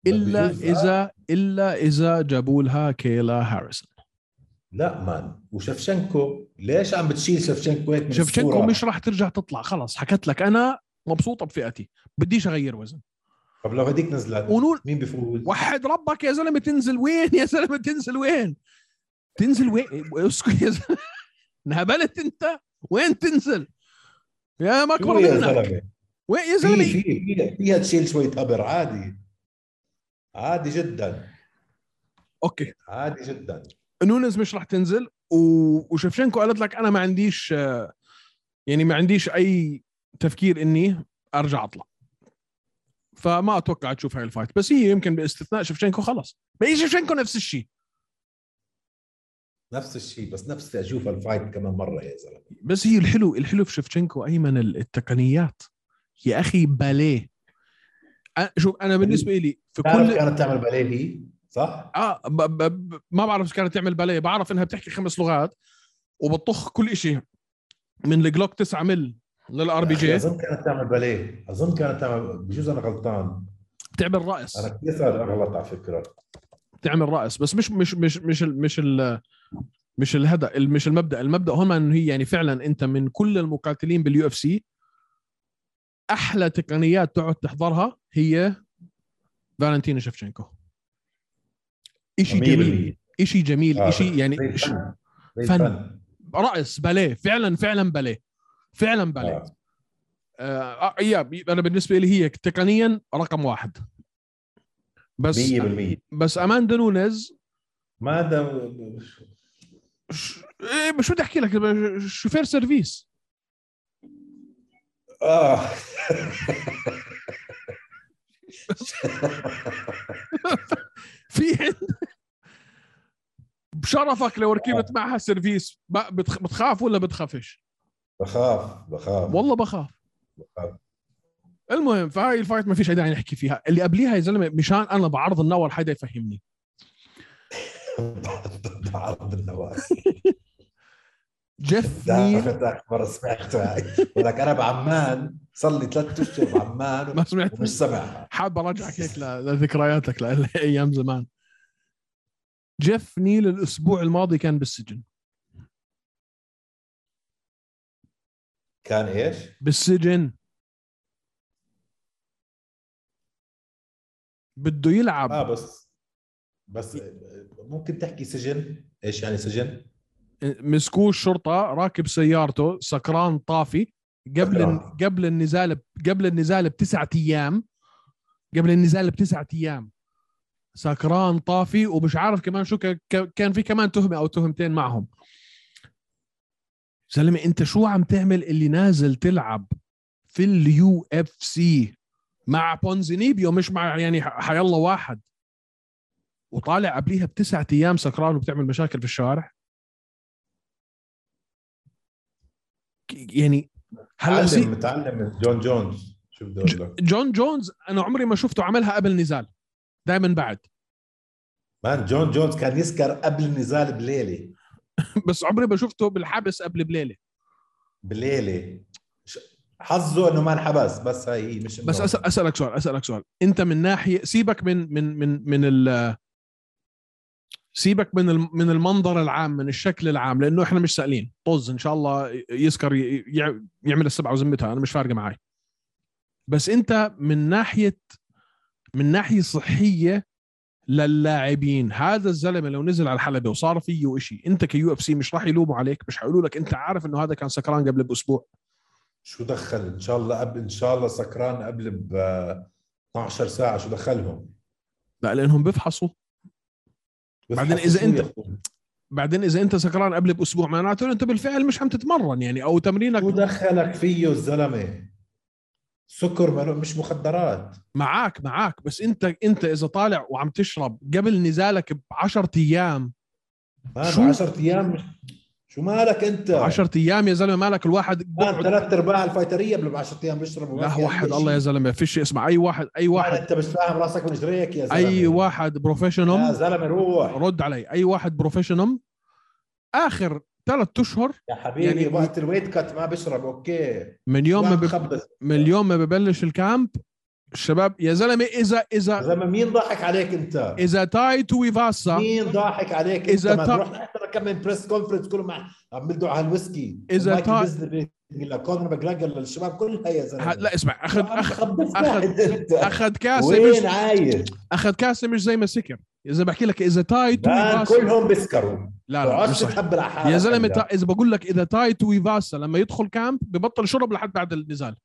B: الا
C: بجوز-
B: اذا الا اذا جابوا لها كيلا هاريسون
C: لا مان وشفشنكو ليش عم بتشيل شفشنكو هيك من
B: شفشنكو
C: الصورة؟
B: مش راح ترجع تطلع خلص حكت لك انا مبسوطه بفئتي بديش اغير وزن
C: طب لو هديك نزلت
B: ونون
C: مين بيفوز؟
B: وحد ربك يا زلمه تنزل وين يا زلمه تنزل وين تنزل وين اسكت يا زلمه انهبلت انت وين تنزل يا ما
C: شو يا
B: منك
C: زلمه
B: وين يا
C: في
B: زلمه
C: في في- فيها تشيل شوي تبر عادي عادي جدا
B: اوكي
C: عادي جدا
B: نونز مش راح تنزل و... وشفشنكو قالت لك انا ما عنديش آه، يعني ما عنديش اي تفكير اني ارجع اطلع فما اتوقع تشوف هاي الفايت بس هي يمكن باستثناء شفشنكو خلص ما هي شفشنكو نفس الشيء
C: نفس الشيء بس نفسي اشوف الفايت كمان مره يا زلمه
B: بس هي الحلو الحلو في شفشنكو ايمن ال- التقنيات يا اخي باليه أ- شوف انا بالنسبه لي في
C: بتعرف
B: كل
C: كانت تعمل باليه هي صح؟
B: اه ب... ب... ب... ما بعرف اذا كانت تعمل باليه بعرف انها بتحكي خمس لغات وبتطخ كل شيء من الجلوك 9 مل للار بي
C: أخي
B: جي
C: اظن كانت تعمل باليه اظن كانت تعمل بجوز انا غلطان
B: بتعمل رأس
C: انا كثير صار اغلط على فكره
B: بتعمل رأس بس مش مش مش مش ال... مش ال... مش الهدف ال- مش المبدا المبدا هون انه هي يعني فعلا انت من كل المقاتلين باليو اف سي احلى تقنيات تقعد تحضرها هي فالنتينا شفشنكو اشي جميل
C: 100%
B: اشي جميل
C: آه،
B: اشي
C: زي
B: يعني ش-
C: الفن. زي
B: فن.
C: الفن.
B: رأس باليه فعلا فعلا باليه فعلا باليه
C: آه.
B: آه آه، يا بي- انا بالنسبه لي هي تقنيا رقم واحد بس آه.
C: 100%
B: بس اماندا نونيز
C: آه، ما هذا
B: ش... إيه، شو بدي احكي لك ش- شوفير سيرفيس
C: اه
B: في عند- بشرفك لو ركبت معها سيرفيس ما بتخ... بتخاف ولا بتخافش؟
C: بخاف بخاف
B: والله بخاف
C: بخاف.
B: المهم فهاي الفايت ما فيش أي داعي نحكي فيها اللي قبليها يا زلمه مشان انا بعرض النور حدا يفهمني
C: بعرض النواس
B: جيف
C: تعرف
B: نيل
C: انت اخر مره سمعتها هاي ولك انا بعمان صار لي ثلاث اشهر بعمان
B: ما سمعت
C: ومش سمعها
B: حاب ارجعك هيك ل- لذكرياتك ل- لايام زمان جيف نيل الاسبوع الماضي كان بالسجن
C: كان ايش؟
B: بالسجن بده يلعب
C: اه بس بس آه، ممكن تحكي سجن ايش يعني سجن؟
B: مسكوه الشرطه راكب سيارته سكران طافي قبل
C: سكران.
B: قبل النزال ب- قبل النزال بتسعة ايام قبل النزال بتسعة ايام سكران طافي ومش عارف كمان شو ك- ك- كان في كمان تهمه او تهمتين معهم زلمه انت شو عم تعمل اللي نازل تلعب في اليو اف سي مع بونزينيبيو مش مع يعني ح- حيالله واحد وطالع قبليها بتسعة ايام سكران وبتعمل مشاكل في الشوارع ك- يعني هلا سي-
C: متعلم متعلم من جون جونز شو بدي اقول لك؟
B: جون جونز انا عمري ما شفته عملها قبل نزال دائما بعد
C: مان جون جونز كان يسكر قبل النزال بليله
B: بس عمري ما شفته بالحبس قبل بليله
C: بليله ش- حظه انه ما انحبس بس هاي هي مش
B: بس
C: إنه-
B: أسأل اسالك سؤال اسالك سؤال انت من ناحيه سيبك من من من من ال سيبك من الم- من المنظر العام من الشكل العام لانه احنا مش سائلين طز ان شاء الله يسكر ي- يع- يعمل السبعه وذمتها انا مش فارقه معي بس انت من ناحيه من ناحيه صحيه للاعبين هذا الزلمه لو نزل على الحلبه وصار فيه شيء انت كيو اف سي مش راح يلوموا عليك مش حيقولوا لك انت عارف انه هذا كان سكران قبل باسبوع
C: شو دخل ان شاء الله قبل ان شاء الله سكران قبل ب 12 ساعه شو دخلهم؟
B: لا لانهم بيفحصوا بعدين إذا
C: شو
B: أنت-
C: يخطب؟
B: بعدين اذا انت سكران قبل باسبوع معناته انت بالفعل مش عم تتمرن يعني او
C: شو
B: تمرينك
C: دخلك فيه الزلمه؟ سكر ما- مش مخدرات
B: معك معك بس انت انت اذا طالع وعم تشرب قبل نزالك ب 10 ايام شو؟
C: مان 10 ايام مش- شو مالك انت؟
B: 10 ايام يا زلمه مالك الواحد
C: مان ثلاث ارباع الفايتريه قبل ب 10 ايام بيشربوا يعني ما
B: لا
C: في
B: واحد
C: أي
B: الله يا
C: شيء.
B: زلمه فيش اسمع اي واحد اي
C: مان،
B: واحد
C: انت مش فاهم يعني راسك من رجليك يا زلمه
B: اي
C: واحد
B: واحد
C: يا
B: بروفيشنال
C: زلمه روح
B: رد علي اي واحد بروفيشنال اخر ثلاث اشهر
C: يا حبيبي
B: يعني-
C: يعني وقت الويت كات ما بشرب اوكي
B: من يوم ما
C: ما
B: بب...
C: بخبص
B: من يوم ما ببلش الكامب الشباب يا زلمه اذا
C: يا
B: اذا
C: زلمه مين ضحك عليك انت؟
B: اذا تاي تو فاسا
C: مين ضاحك عليك
B: إيه، إذا
C: اذا انت
B: تا-
C: ما تروح احضر كم من بريس كونفرنس كلهم مع- عم بيدعوا على الويسكي
B: إذا
C: ومايكل
B: تا-
C: بيزلي لكونر ماجراجر للشباب كلها يا
B: ه-
C: زلمه
B: لا اسمع اخذ
C: عم
B: اخذ
C: بخبص
B: أخذ-
C: واحد انت
B: اخذ كاسه مش
C: وين عايش؟
B: اخذ كاسه مش زي ما سكر اذا بحكي لك اذا تاي توي
C: مان،
B: فاسا
C: كلهم بيسكروا
B: لا لا مش
C: بتعرفش
B: صح
C: تحبر على حالك
B: يا زلمه
C: أنت.
B: تا... اذا بقول لك اذا تاي توي فاسا لما يدخل كامب ببطل شرب لحد بعد النزال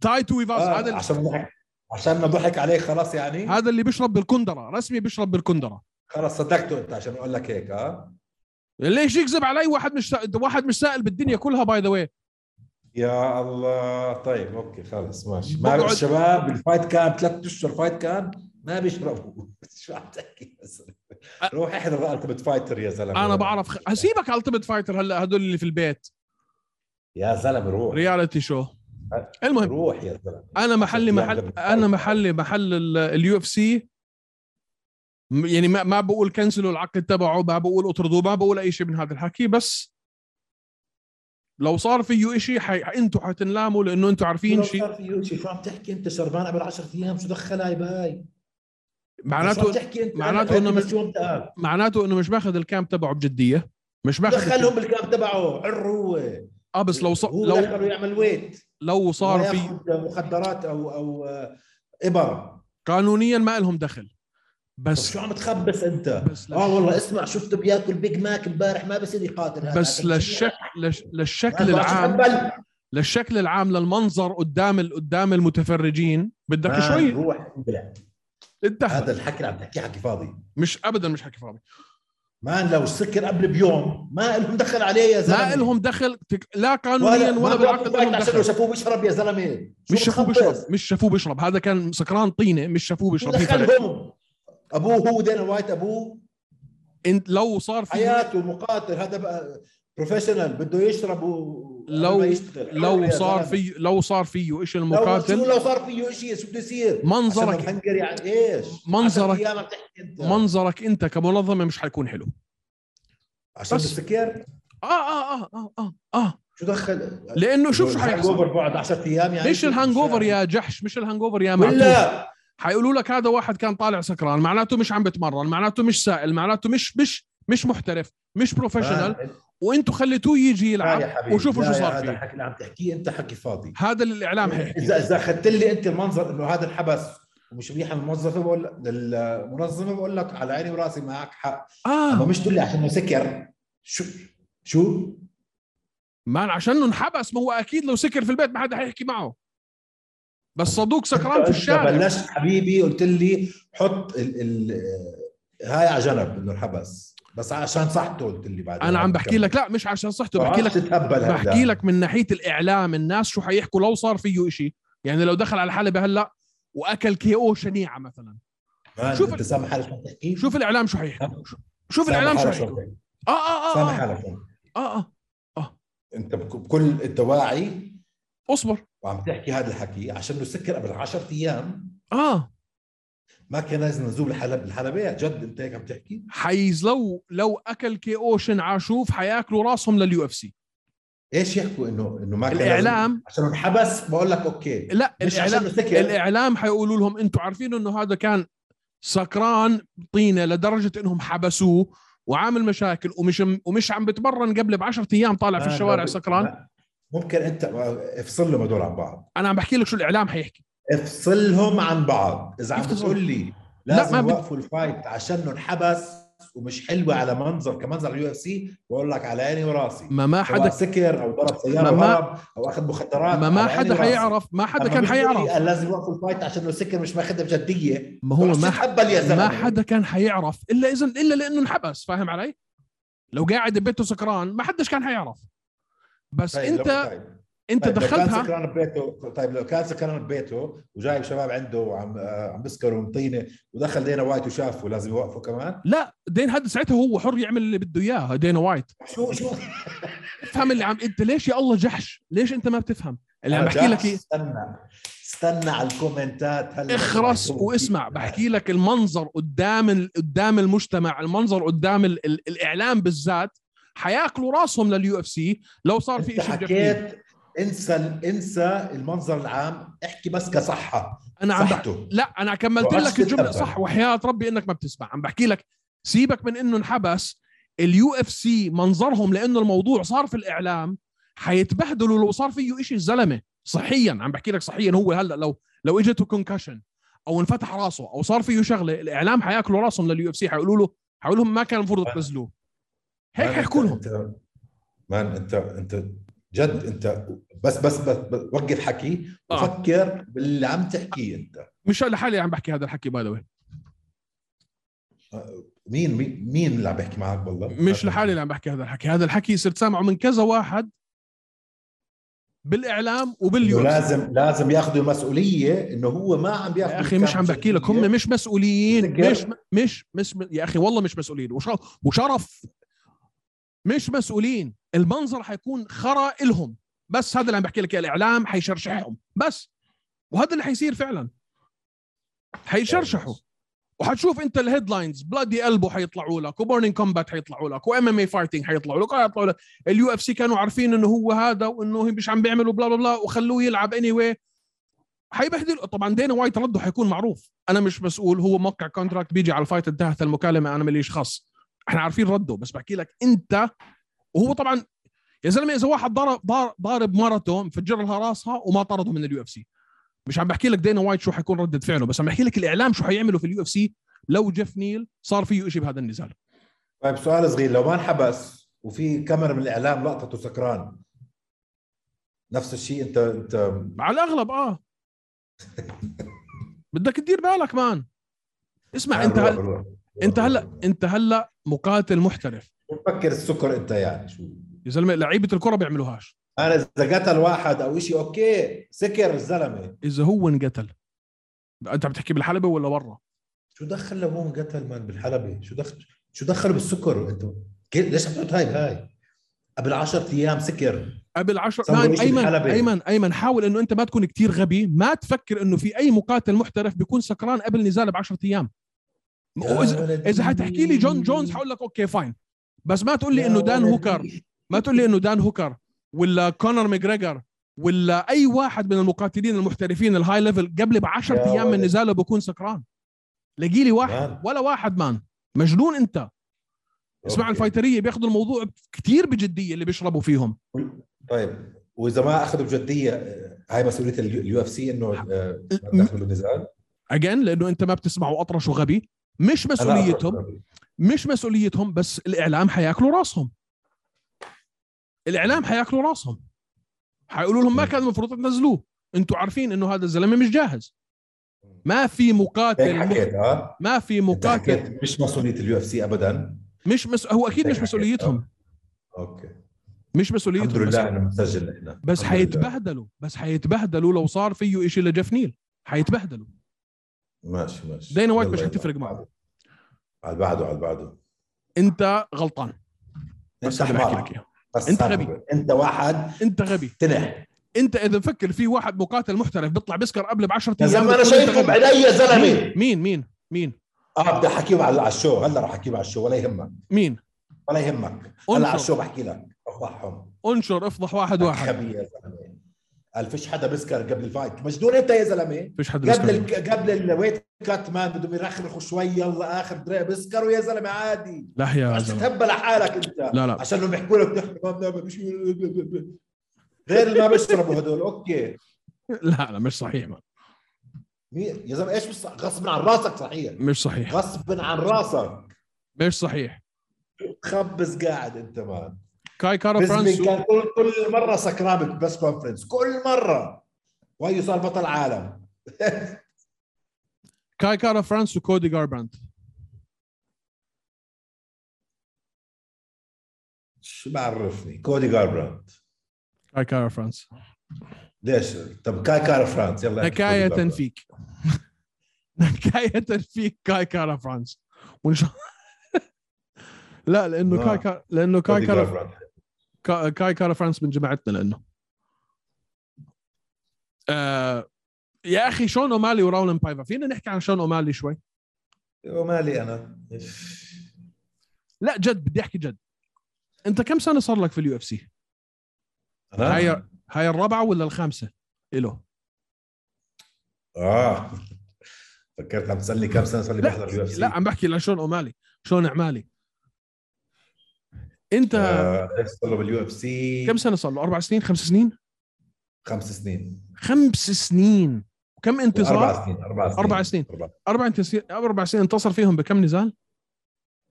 B: تاي توي فاسا
C: آه،
B: هذا ال-
C: عشان ضحك عشان ضحك عليه خلاص يعني
B: هذا اللي بيشرب بالكندره رسمي بيشرب بالكندره
C: خلاص صدقته انت عشان اقول لك هيك اه
B: ليش يكذب علي واحد مش سا... واحد مش سائل بالدنيا كلها باي ذا واي
C: يا الله طيب اوكي خلص ماشي ما
B: بقعد-
C: بقعد... الشباب بالفايت كامب ثلاث اشهر فايت كامب ما بيشربوا شو عم تحكي يا زلمة؟ روح احضر التبت فايتر يا زلمه
B: انا بعرف خ... هسيبك على التبت فايتر هلا هدول اللي في البيت
C: يا زلمه روح
B: رياليتي شو
C: آه.
B: المهم
C: روح يا زلمه
B: انا محلي محل انا محلي محل اليو اف سي يعني ما ما بقول كنسلوا العقد تبعه ما بقول اطردوه ما بقول اي شيء من هذا الحكي بس لو صار فيه شيء حي... انتوا حتنلاموا لانه انتوا عارفين شيء
C: شيء شو عم تحكي انت سربان قبل 10 ايام شو دخل هاي بهاي شو عم
B: معناته
C: تحكي انت
B: معناته إنه
C: بس آه. يوم تقال
B: معناته انه مش ماخذ الكامب تبعه بجديه مش ماخذ
C: دخلهم بالكاب تبعه عر هو
B: اه بس لو ص...
C: هو
B: لو
C: دخله يعمل ويت
B: لو صار في
C: ياخذ مخدرات او او آه، ابر
B: قانونيا ما لهم دخل بس
C: شو عم تخبص انت
B: بس لش...
C: اه والله اسمع شفته بياكل بيج ماك امبارح ما بصير يقاتل هذا.
B: بس للشك لش... للشكل
C: أنا ما
B: العام
C: بتقبل.
B: للشكل العام للمنظر قدام ال... قدام المتفرجين بدك
C: مان،
B: شوي
C: روح انبلع.
B: تتدخل
C: هذا الحكي اللي عم تحكيه حكي فاضي
B: مش ابدا مش حكي فاضي
C: مان لو سكر قبل بيوم ما لهم دخل عليه يا زلمه
B: لا لهم دخل تك... لا قانونيا
C: ولا
B: ولا
C: ولا
B: بالعقد لهم
C: عشان
B: دخل
C: شافوه بيشرب يا زلمه شو
B: مش شافوه
C: بتخبص؟
B: بيشرب مش شافوه بيشرب هذا كان سكران طينه مش شافوه
C: شو
B: بيشرب في فرق.
C: دخلهم ابوه هو دينا وايت ابوه
B: إن... لو صار في
C: حياته مقاتل هذا بقى بروفيشنال بده يشرب و
B: لو-
C: ما يشتغل. يا
B: لو صار
C: زلمة.
B: في لو صار فيه ايش
C: لو شو
B: المقاتل
C: لو صار فيه شيء شو بده يصير؟
B: منظرك- يعني.
C: عشان هنجري عن ايش؟
B: منظرك-
C: عشان أيام عم تحكي انت
B: منظرك انت كمنظمه مش حيكون حلو
C: عشان
B: بس.
C: السكر
B: اه اه اه اه اه, آه.
C: شو دخل
B: لانه شوف شو
C: الهانج
B: حيحصل
C: اوفر بعد 10 ايام يعني
B: مش الهانج اوفر يا جحش مش الهانج اوفر يا معتوه
C: ولا آه،
B: حيقولوا لك هذا واحد كان طالع سكران معناته مش عم بتمرن معناته مش سائل معناته مش مش مش محترف مش بروفيشنال
C: مان،
B: وانتوا خليتوه يجي
C: لا يا
B: يلعب
C: آه، حبيبي،
B: وشوفوا
C: لا
B: شو
C: يا
B: صار
C: هذا
B: فيه
C: الحكي اللي عم تحكيه انت حكي فاضي
B: هذا اللي
C: آه.
B: الاعلام حيحكي
C: اذا اذا اخذت لي انت المنظر انه هذا انحبس ومش منيح الموظفه بقول للمنظمه بقول لك على عيني وراسي معك حق اما
B: اه
C: مش تقول لي عشان سكر شو شو
B: ما عشان انه انحبس ما هو اكيد لو سكر في البيت ما حدا حيحكي معه بس صدوق سكران في
C: أنت
B: الشارع
C: بلشت حبيبي قلت لي حط ال ال هاي على جنب انه انحبس بس عشان صحته قلت لي بعدين
B: انا عم بحكي لك لا مش عشان صحته بحكي لك
C: تتهبل هلا.
B: بحكي لك من ناحيه الاعلام الناس شو حيحكوا لو صار فيه إشي يعني لو دخل على حلبة هلا واكل كي او شنيعه مثلا
C: مان،
B: شوف-
C: انت سامح حالك عم تحكي
B: شوف الاعلام شو حيحكوا شو- شوف
C: سامح
B: الاعلام شو
C: حالك عم
B: حيحكوا
C: تحكي.
B: اه اه
C: سامح
B: اه اه
C: حالك
B: اه, آه.
C: انت بك- بكل التواعي
B: اصبر
C: وعم تحكي هذا الحكي عشان انه سكر قبل 10 ايام
B: اه
C: ما كان لازم نزول الحلب الحلبية جد انت هيك عم تحكي
B: حيز لو لو اكل كي او شنعه شوف حياكلوا راسهم لليو اف سي
C: ايش يحكوا انه انه ما كان لازم-
B: الاعلام
C: عشان انحبس بقول لك اوكي
B: لا
C: مش عشان
B: الاعلام
C: إنه سكر
B: الاعلام حيقولوا لهم انتم عارفين انه هذا كان سكران طينه لدرجه انهم حبسوه وعامل مشاكل ومش ومش عم بتمرن قبل ب 10 ايام طالع في
C: ما
B: الشوارع
C: لو-
B: سكران
C: ما- ممكن انت افصلهم هدول عن بعض
B: انا عم بحكي لك شو الاعلام حيحكي
C: افصلهم عن بعض اذا عم
B: كيف تفصل؟
C: بتقول لي
B: لا،
C: لازم
B: ما بد-
C: يوقفوا الفايت عشان انه انحبس ومش حلوه على منظر كمنظر اليو اف سي بقول لك على عيني وراسي
B: ما ما
C: حدا
B: حدا
C: سكر او ضرب
B: ما-
C: سياره
B: ما-
C: وهرب او اخذ مخدرات
B: ما ما
C: على عيني
B: حدا
C: وراسي.
B: حيعرف ما حدا
C: أما
B: كان
C: مش بيقول لي
B: حيعرف
C: قال لازم يوقفوا الفايت عشان انه سكر مش ماخذها بجديه
B: ما هو ما ح-
C: حبل يا زلمه
B: ما حدا كان حيعرف الا اذا الا لانه انحبس فاهم علي؟ لو قاعد ببيته سكران ما حدش كان حيعرف بس
C: طيب، لو-
B: انت
C: طيب.
B: انت
C: طيب، لو كان
B: دخلتها
C: سكران ببيته طيب لو كان سكران ببيته وجايب شباب عنده وعم آه، عم بسكروا ومطينه ودخل دينا وايت وشافه لازم يوقفه كمان
B: لا دين هذا ساعتها هو حر يعمل اللي بده اياه دينا وايت
C: شو شو
B: افهم اللي عم انت ليش يا الله جحش ليش انت ما بتفهم اللي عم
C: أنا
B: بحكي لك
C: جاهز.
B: إيه؟
C: استنى استنى على الكومنتات هلا
B: اخرس واسمع بحكي لك المنظر قدام ال- قدام المجتمع المنظر قدام ال... ال... الاعلام بالذات حياكلوا راسهم لليو اف سي لو صار في
C: في
B: شيء جديد
C: حكيت انسى انسى المنظر العام احكي بس كصحه
B: انا عم نعم، بح...
C: صحته
B: لا انا كملت
C: وعكس
B: لك الجمله
C: الأول.
B: صح وحياه ربي انك ما بتسمع عم بحكي لك سيبك من انه انحبس اليو اف سي منظرهم لانه الموضوع صار في الاعلام حيتبهدلوا لو صار فيه شيء الزلمه صحيا عم بحكي لك صحيا هو هلا لو لو اجته كونكشن او انفتح راسه او صار فيه شغله الاعلام حياكلوا راسهم لليو اف سي حيقولوا له حيقولوا لهم ما كان المفروض تنزلوه هيك
C: مان،
B: حيحكوا
C: أنت-
B: لهم
C: أنت- مان انت انت جد انت بس بس, بس, بس وقف حكي
B: آه.
C: وفكر باللي عم تحكيه انت
B: مش لحالي عم بحكي هذا الحكي باي ذا
C: مين مين مين اللي عم بيحكي معك بالله
B: مش لحالي اللي عم بحكي هذا الحكي هذا الحكي صرت سامعه من كذا واحد بالاعلام وباليو
C: إنه
B: اف سي
C: لازم لازم ياخذوا المسؤوليه انه هو ما عم بياخذ
B: يا اخي مش عم بحكي لك هم مش مسؤولين
C: تقدر.
B: مش مش مش يا اخي والله مش مسؤولين وش- وشرف مش مسؤولين المنظر حيكون خرا الهم بس هذا اللي عم بحكي لك إياه، الاعلام حيشرشحهم بس وهذا اللي حيصير فعلا حيشرشحوا وحتشوف انت الهيدلاينز بلادي قلبه حيطلعوا لك وبورنينج كومبات حيطلعوا لك وام ام اي فايتنج حيطلعوا لك وحيطلعوا لك اليو اف سي كانوا عارفين انه هو هذا وانه مش عم بيعملوا بلا بلا بلا وخلوه يلعب اني anyway. حيبهدل طبعا دينا وايت رده حيكون معروف انا مش مسؤول هو موقع كونتراكت بيجي على الفايت انتهت المكالمه انا ماليش خاص احنا عارفين رده بس بحكي لك انت وهو طبعا يا زلمه اذا واحد ضرب ضار- ضارب مرته مفجر لها راسها وما طرده من اليو اف سي مش عم بحكي لك دينا وايت شو حيكون رده فعله بس عم بحكي لك الاعلام شو حيعملوا في اليو اف سي لو جيف نيل صار فيه شيء بهذا النزال
C: طيب سؤال صغير لو ما انحبس وفي كاميرا من الاعلام لقطته سكران نفس الشيء انت انت
B: على الاغلب اه بدك تدير بالك مان اسمع انت هل... انت هلا انت هلا مقاتل محترف
C: بتفكر السكر انت يعني شو
B: يا زلمه لعيبه الكره بيعملوهاش
C: انا اذا قتل واحد او شيء اوكي سكر الزلمه
B: اذا هو انقتل انت عم تحكي بالحلبه ولا برا
C: شو دخل لو هو انقتل مان بالحلبه شو دخل شو دخل بالسكر انت كيف- ليش عم تحط هاي بهاي قبل 10 ايام سكر
B: قبل عشر
C: سووا
B: مان
C: إشي
B: ايمن
C: بالحلبة.
B: ايمن ايمن حاول انه انت ما تكون كتير غبي ما تفكر انه في اي مقاتل محترف بيكون سكران قبل نزال ب 10 ايام واذا اذا حتحكي لي جون جونز حقول لك اوكي فاين بس ما تقول لي انه دان هوكر ما تقول لي انه دان هوكر ولا كونر ماجريجر ولا اي واحد من المقاتلين المحترفين الهاي ليفل قبل ب 10
C: يا
B: ايام من
C: ولد.
B: نزاله بكون سكران لقي لي واحد
C: مان.
B: ولا واحد مان مجنون انت اسمع
C: أوكي.
B: الفايتريه بياخذوا الموضوع كثير بجديه اللي بيشربوا فيهم
C: طيب واذا ما اخذوا بجديه آه، هاي مسؤوليه اليو اف سي انه آه، ما دخلوا بالنزال
B: اجين لانه انت ما بتسمعوا اطرش وغبي مش
C: أنا أخذ
B: مسؤوليتهم
C: رأيي.
B: مش مسؤوليتهم بس الاعلام حياكلوا راسهم الاعلام حياكلوا راسهم حيقولوا لهم ما كان المفروض تنزلوه انتوا عارفين انه هذا الزلمه مش جاهز ما في
C: هيك
B: مقاتل
C: حكيت اه
B: ما في
C: أنت
B: مقاتل
C: حكيت مش مسؤوليه اليو اف سي ابدا
B: مش مس... هو اكيد
C: هيك
B: مش
C: حكيت،
B: مسؤوليتهم
C: اوكي
B: مش
C: آه. الحمد
B: مسؤوليتهم بس,
C: لله انه مسجل احنا
B: بس
C: الحمد لله.
B: حيتبهدلوا بس حيتبهدلوا لو صار فيه شيء لجيف نيل حيتبهدلوا
C: ماشي ماشي
B: دينا وايت
C: يلا،
B: مش
C: يلا.
B: حتفرق معه.
C: على بعده على بعده
B: انت غلطان بس
C: أنت
B: انا بحكي
C: حمار.
B: لك اياها
C: بس
B: أنت
C: حمار.
B: غبي.
C: انت واحد
B: انت غبي
C: تنح
B: انت اذا مفكر في واحد مقاتل محترف بيطلع بيسكر قبل ب 10
C: يا
B: ايام
C: زلمه انا
B: بتكون أنت
C: شايفه
B: غبي.
C: بعيني يا زلمه
B: مين مين مين
C: اه بدي احكيهم على على الشو هلا رح احكيهم على الشو ولا يهمك
B: مين
C: ولا يهمك
B: انشر.
C: هلا على الشو بحكي لك افضحهم
B: انشر افضح واحد واحد
C: خبي يا زلمه قال فيش حدا بسكر قبل الفايت مجنون انت يا زلمه
B: فيش حد
C: قبل
B: بيسكر
C: ال... قبل الويت كات مان بدهم يرخرخوا شوي يلا اخر درع بسكر ويا زلمه عادي
B: لا يا
C: بس
B: زلمه
C: تهبى لحالك انت
B: لا لا
C: عشان لو بيحكوا لك نحن ما بنعمل شيء غير اللي ما بيشربوا هدول اوكي
B: لا لا مش صحيح ما.
C: مين- يا زلمه ايش بص... غصب عن راسك صحيح
B: مش صحيح
C: غصب عن راسك
B: مش صحيح
C: خبز قاعد انت مان
B: كاي كارا
C: بيزمين
B: فرانسو
C: كان كل كل مره سكران بالبريس كونفرنس كل مره وهي صار بطل عالم
B: كاي كارا فرانسو كودي جاربراند
C: شو بعرفني كودي جاربراند
B: كاي كارا فرانس
C: ليش طب كاي كارا فرانس يلا احكي كودي
B: نكاية
C: جاربراند.
B: فيك نكاية فيك كاي كارا فرانس وان شاء لا لانه
C: آه.
B: كاي كارا لانه كاي
C: كودي
B: كارا
C: جاربراند.
B: كا- كاي كارا فرانس من جماعتنا لانه آه يا اخي شون اومالي وراولن بايفا فينا نحكي عن شون اومالي شوي
C: ومالي انا
B: لا جد بدي احكي جد انت كم سنه صار لك في اليو اف سي
C: أنا؟
B: هاي هاي الرابعه ولا الخامسه له
C: اه فكرت عم تسالني كم سنه صار لي بحضر اليو اف سي
B: لا عم بحكي لشون اومالي شون عمالي انت
C: آه، ليش صار له باليو اف سي
B: كم سنه صار له اربع سنين خمس سنين
C: خمس سنين
B: خمس سنين كم انتصار
C: اربع سنين اربع سنين
B: أربع سنين.
C: أربع.
B: اربع انتصار اربع سنين انتصر فيهم بكم نزال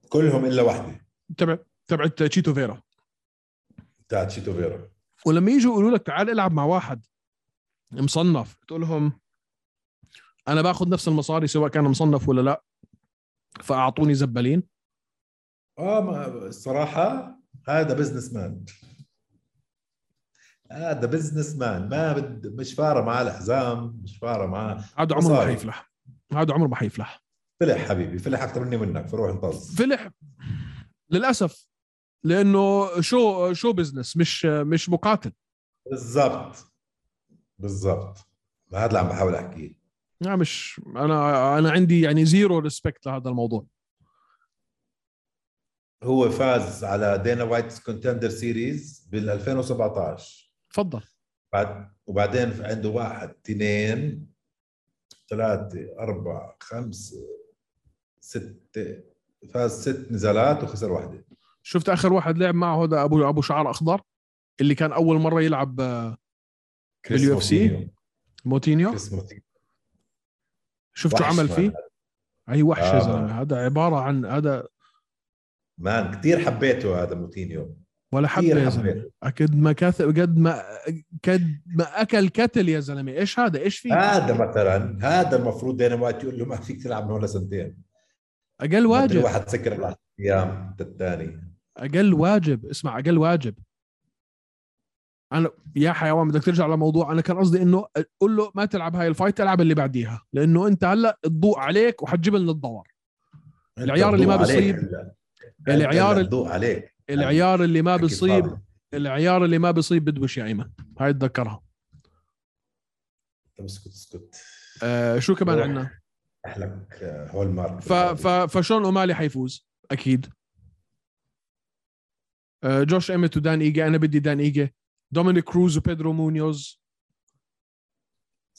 C: كلهم الا واحده
B: تبع تبع تشيتو فيرا
C: بتاعت شيتو فيرا
B: ولما يجوا يقولوا لك تعال العب مع واحد مصنف تقول لهم انا باخذ نفس المصاري سواء كان مصنف ولا لا فاعطوني زبالين
C: اه ما الصراحه هذا بزنس مان هذا بزنس مان ما بد مش فارق معاه الحزام مش فارق معاه
B: هذا عمره ما
C: مصاري.
B: حيفلح هذا عمره ما حيفلح
C: فلح حبيبي فلح اكثر مني منك فروح انطز
B: فلح للاسف لانه شو شو بزنس مش مش مقاتل
C: بالضبط بالضبط ما هذا اللي عم بحاول احكيه
B: يعني مش انا انا عندي يعني زيرو ريسبكت لهذا الموضوع
C: هو فاز على دينا وايتس كونتندر سيريز بال 2017
B: تفضل
C: بعد وبعدين في عنده واحد اثنين ثلاثة أربعة خمسة ستة فاز ست نزالات وخسر واحدة
B: شفت اخر واحد لعب معه هذا ابو ابو شعر اخضر اللي كان اول مره يلعب آه،
C: كريس
B: بال UFC?
C: موتينيو.
B: موتينيو
C: كريس موتينيو.
B: شفت شو
C: وحش
B: عمل
C: مان.
B: فيه اي وحش يا
C: آه.
B: زلمه هذا عباره عن هذا
C: مان كثير حبيته هذا موتينيو
B: ولا حبه يا
C: كثير
B: زلمه
C: حبيته
B: اكد ما كاث قد ما قد ما اكل كتل يا زلمه ايش هذا ايش فيه
C: هذا مثلا هذا المفروض دينا وايت يقول له ما فيك تلعب من ولا سنتين
B: اقل واجب
C: واحد سكر العشر ايام أنت الثاني
B: اقل واجب اسمع اقل واجب انا يا حيوان بدك ترجع لموضوع انا كان قصدي انه قول له ما تلعب هاي الفايت العب اللي بعديها لانه انت هلا الضوء عليك وحتجيب لنا الدور العيار اللي ما
C: الضوء عليك
B: بصيب-
C: هلا.
B: العيار-
C: أنت الضوء عليك
B: العيار اللي ما
C: حكي
B: بيصيب
C: فاضي.
B: العيار اللي ما بيصيب بدوش يا ايمن هاي اتذكرها
C: طب اسكت اسكت
B: آه شو كمان
C: روح.
B: عندنا
C: احلك آه، هول مارك
B: ف ف فشون اومالي حيفوز اكيد آه جوش ايمت ودان ايجا انا بدي دان ايجا دومينيك كروز وبيدرو مونيوز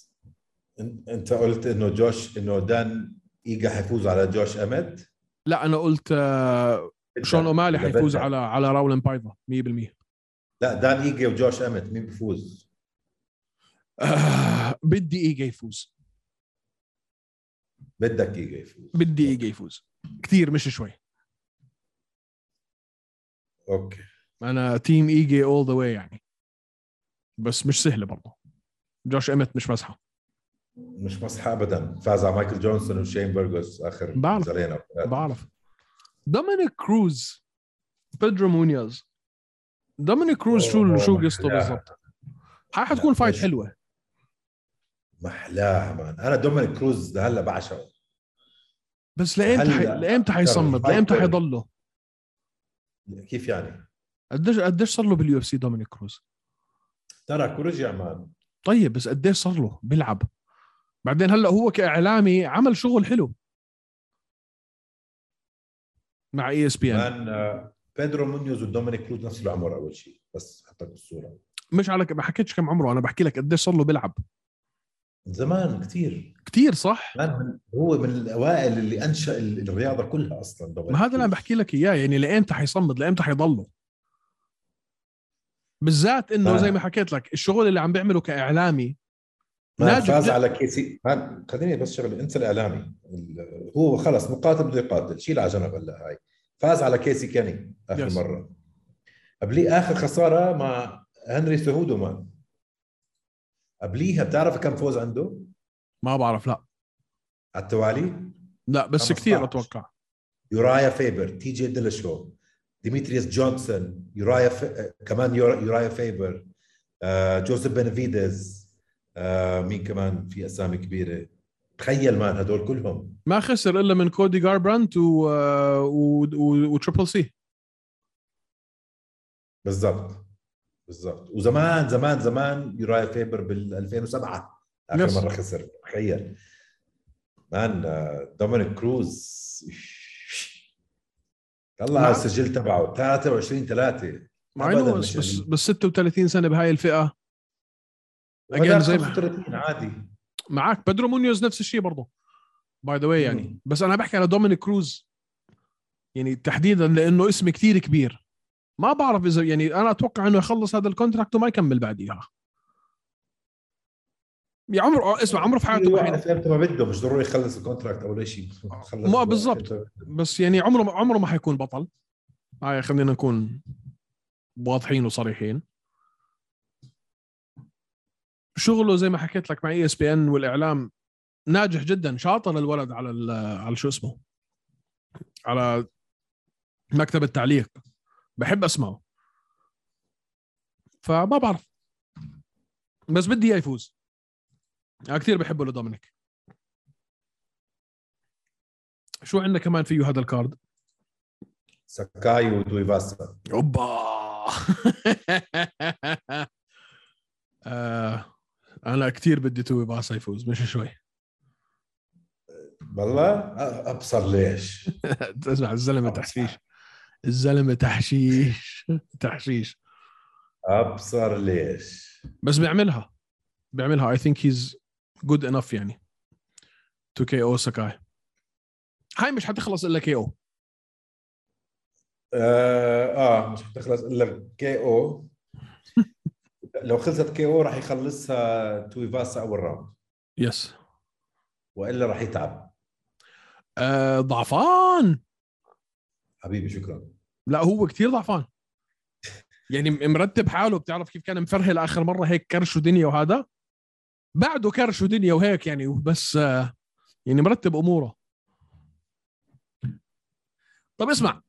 C: إن- انت قلت انه جوش انه دان ايجا حيفوز على جوش امد
B: لا انا قلت آه شون اومالي حيفوز على على راولن بايفا 100%
C: لا دان ايجا وجوش امد مين بيفوز؟
B: آه بدي ايجا يفوز
C: بدك ايجا يفوز
B: بدي ايجا يفوز كثير مش شوي
C: اوكي
B: انا تيم ايجا اول ذا واي يعني بس مش سهله برضه جوش امت مش مزحه
C: مش مصحى ابدا فاز على مايكل جونسون وشين بيرغوس اخر
B: بعرف.
C: زلينا
B: بعرف دومينيك كروز بيدرو مونيوز دومينيك كروز شو
C: أوه،
B: شو قصته
C: لا.
B: بالضبط حتكون فايت
C: مش-
B: حلوه
C: محلاها مان انا دومينيك كروز لهلا بعشقه
B: بس لايمتى حي...
C: هلا
B: لايمتى حيصمد لايمتى
C: فايتر.
B: حيضله
C: كيف يعني؟
B: قديش قديش صار له باليو اف سي دومينيك كروز
C: ترك ورجع مان
B: طيب بس قديش صار له بيلعب بعدين هلا هو كاعلامي عمل شغل حلو مع E اي اس بي ان
C: مان آه، بيدرو مونيوز ودومينيك كروز نفس العمر اول شيء بس حطك بالصوره
B: مش على ما حكيتش كم عمره انا بحكي لك قديش صار له بيلعب
C: زمان كتير
B: كتير صح
C: مان من- هو من الاوائل اللي انشا ال- الرياضه كلها اصلا دومينيك
B: ما هذا اللي عم
C: كروز.
B: بحكي لك اياه يعني لايمتى حيصمد لايمتى حيضله بالذات انه
C: فاهم.
B: زي ما حكيت لك الشغل اللي عم بيعمله كاعلامي
C: ما
B: ناجح
C: فاز
B: جد-
C: على كيسي ما خليني بس شغله انسى الاعلامي ال- هو خلص مقاتل بده يقاتل شيل على جنب هلا هاي فاز على كيسي كاني اخر
B: Yes.
C: مره قبليه اخر خساره مع هنري سهودو ما قبليها بتعرف كم فوز عنده
B: ما بعرف لا
C: على التوالي
B: لا بس
C: 15.
B: كتير اتوقع
C: يورايا فيبر تي جي ديلاشو ديمتريوس جونسون يورايا ف... آه، كمان يورا- يورايا فيبر آه، جوزيف بنفيديز آه، مين كمان في اسامي كبيره تخيل مان هدول كلهم
B: ما خسر الا من كودي جاربرانت و... و... و... وتريبل سي
C: بالضبط بالضبط وزمان زمان زمان يورايا فيبر بال 2007 اخر
B: Yes.
C: مره خسر تخيل مان آه، دومينيك كروز
B: نعم.
C: طلع السجل تبعه 23 3
B: مع انه بس
C: أبداً مش
B: بس,
C: قليل.
B: بس 36 سنه بهاي الفئه Again، زي ما-
C: 35 عادي
B: معك بدرو مونيوز نفس الشيء برضه باي ذا واي يعني بس انا بحكي على دومينيك كروز يعني تحديدا لانه اسم كتير كبير ما بعرف اذا يعني انا اتوقع انه يخلص هذا الكونتراكت وما يكمل بعديها يا عمره اسمع عمره في حياته ما حين-
C: يوقف امتى ما بده مش ضروري يخلص الكونتراكت اول شيء
B: آه، ما بالضبط. بس يعني عمره ما- عمره ما حيكون بطل هاي خلينا نكون واضحين وصريحين شغله زي ما حكيت لك مع E اي اس بي ان والاعلام ناجح جدا شاطر الولد على ال- على شو اسمه على مكتب التعليق بحب اسمعه فما بعرف بس بدي اياه يفوز انا كثير بحبه لدومينيك شو عندنا كمان فيه هذا الكارد
C: سكاي ودويفاسا
B: اوبا آه، انا كثير بدي توي باسا يفوز مش شوي
C: بالله أ- ابصر ليش
B: اسمع الزلمه تحشيش الزلمه تحشيش تحشيش
C: ابصر ليش
B: بس بيعملها بيعملها اي ثينك هيز جود انف يعني تو كي او سكاي هاي مش حتخلص الا كي او
C: اه, آه مش حتخلص الا كي او لو خلصت كي او راح يخلصها تويفاسا اول راوند
B: يس
C: والا راح يتعب
B: آه، ضعفان
C: حبيبي آه، شكرا
B: لا هو كتير ضعفان يعني م- مرتب حاله بتعرف كيف كان مفرهل اخر مره هيك كرش ودنيا وهذا بعده كرش ودنيا وهيك يعني بس آه، يعني مرتب اموره طب اسمع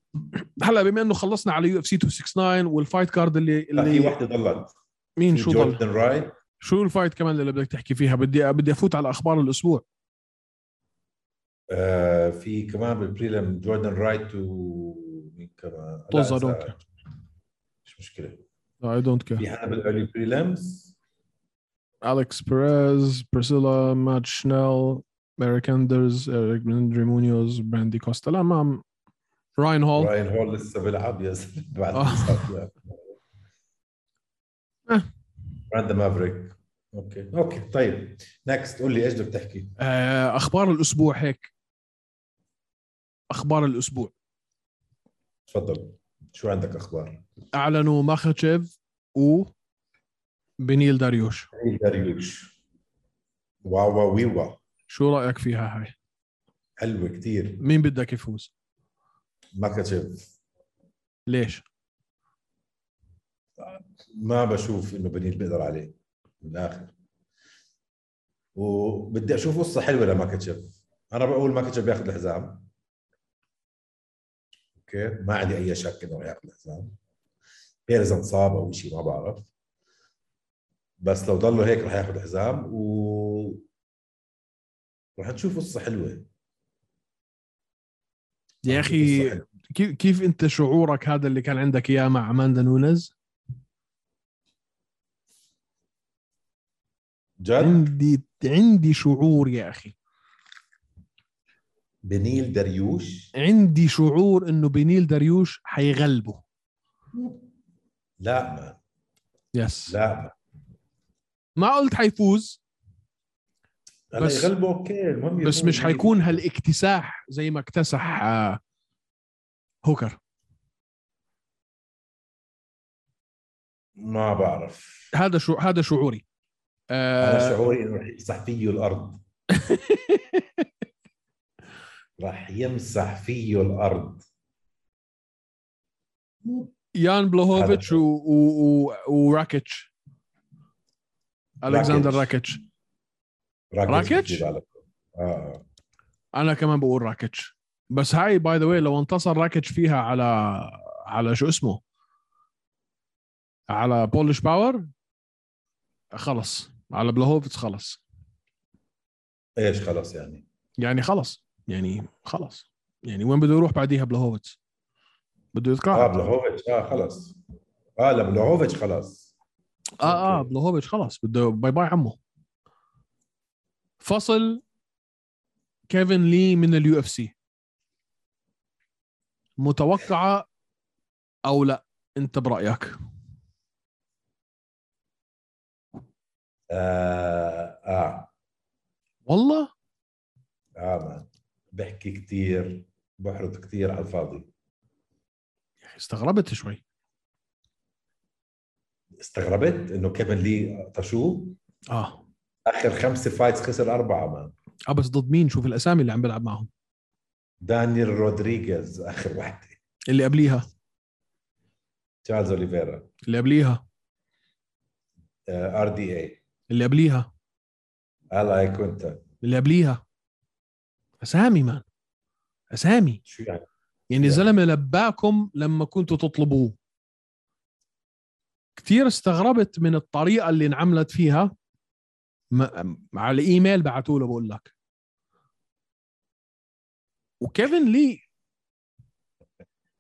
B: هلا بما انه خلصنا على يو اف سي 269 والفايت كارد اللي
C: لا في
B: اللي
C: وحده ضلت
B: مين شو ضل
C: جوردن رايت
B: شو الفايت كمان اللي بدك تحكي فيها بدي بدي افوت على اخبار الاسبوع
C: آه في كمان بالبريلم جوردن رايت ومين كمان لا،
B: طز
C: إذا-
B: هذول.
C: مش مشكله
B: اي دونت كير
C: في حدا بالايرلي بريلمز
B: اليكس بيريز برسيلا مات شنيل ميريك اندرز اريك بلندري مونيوز براندي كوستا لا ما راين هول
C: راين هول لسه بيلعب يا زلمه بعد
B: آه.
C: الإصابة.
B: آه.
C: براند مافريك اوكي اوكي طيب نكست قول لي ايش بدك تحكي
B: آه، اخبار الاسبوع هيك اخبار الاسبوع
C: تفضل شو عندك اخبار؟
B: اعلنوا ماخاتشيف و بنيل داريوش
C: داريوش واو واو وي واو
B: شو رايك فيها هاي
C: حلوه كثير
B: مين بدك يفوز
C: ماكاتشيف
B: ليش
C: ما بشوف انه بنيل بيقدر عليه من الاخر وبدي اشوف قصه حلوه لماكاتشيف انا بقول ماكاتشيف بياخذ الحزام اوكي ما عندي اي شك انه رح ياخذ الحزام غير اذا انصاب او شيء ما بعرف بس لو ضلوا هيك رح ياخذ الحزام و رح نشوف قصه حلوه
B: يا
C: رح نشوف قصة
B: اخي
C: حلوة.
B: كيف كيف انت شعورك هذا اللي كان عندك اياه مع اماندا نونز
C: جد
B: عندي عندي شعور يا اخي
C: بنيل دريوش
B: عندي شعور انه بنيل دريوش حيغلبه
C: لا ما
B: يس
C: لا
B: ما قلت حيفوز
C: هلا
B: بس-
C: يغلبوا اوكي المهم
B: بس
C: يكون-
B: مش حيكون هالاكتساح زي ما اكتسح آه، هوكر
C: ما بعرف
B: هذا شو هذا شعوري
C: انا
B: آه
C: شعوري انه رح يمسح فيه الارض رح يمسح فيه الارض
B: يان بلوهوفيتش
C: هذا
B: و... و... و... وراكيتش الكسندر
C: راكيتش.
B: راكيتش راكيتش؟
C: بجيب على- اه
B: انا كمان بقول راكيتش بس هاي باي ذا واي لو انتصر راكيتش فيها على على شو اسمه على بولش باور خلص على بلوهوفيتش خلص
C: ايش خلص يعني
B: يعني خلص يعني خلص يعني وين بده يروح بعديها بلهوفيتس بده
C: اه
B: يتقاعد
C: بلوهوفيتش اه خلص اه لا بلوهوفيتش خلص
B: اه اه
C: أوكي.
B: بلهوفيتش خلص بده باي باي عمه فصل كيفن لي من اليو اف سي متوقعه او لا انت برايك
C: اه اه
B: والله
C: اه مان. بحكي كثير بحرض كثير على الفاضي
B: يا أخي استغربت شوي
C: استغربت انه كيفن لي طشوه
B: اه
C: اخر خمسه فايتس خسر اربعه مان
B: اه بس ضد مين شوف الاسامي اللي عم بيلعب معهم
C: دانيال رودريغيز اخر وحده
B: اللي قبليها
C: تشارلز اوليفيرا
B: اللي قبليها
C: ار آه، دي إيه، اي
B: اللي قبليها
C: الا كنت
B: اللي قبليها اسامي مان اسامي
C: شو يعني
B: يعني
C: Yeah.
B: زلمه لباكم لما كنتوا تطلبوه كثير استغربت من الطريقه اللي انعملت فيها م- على الايميل بعثوا له بقول لك وكيفن لي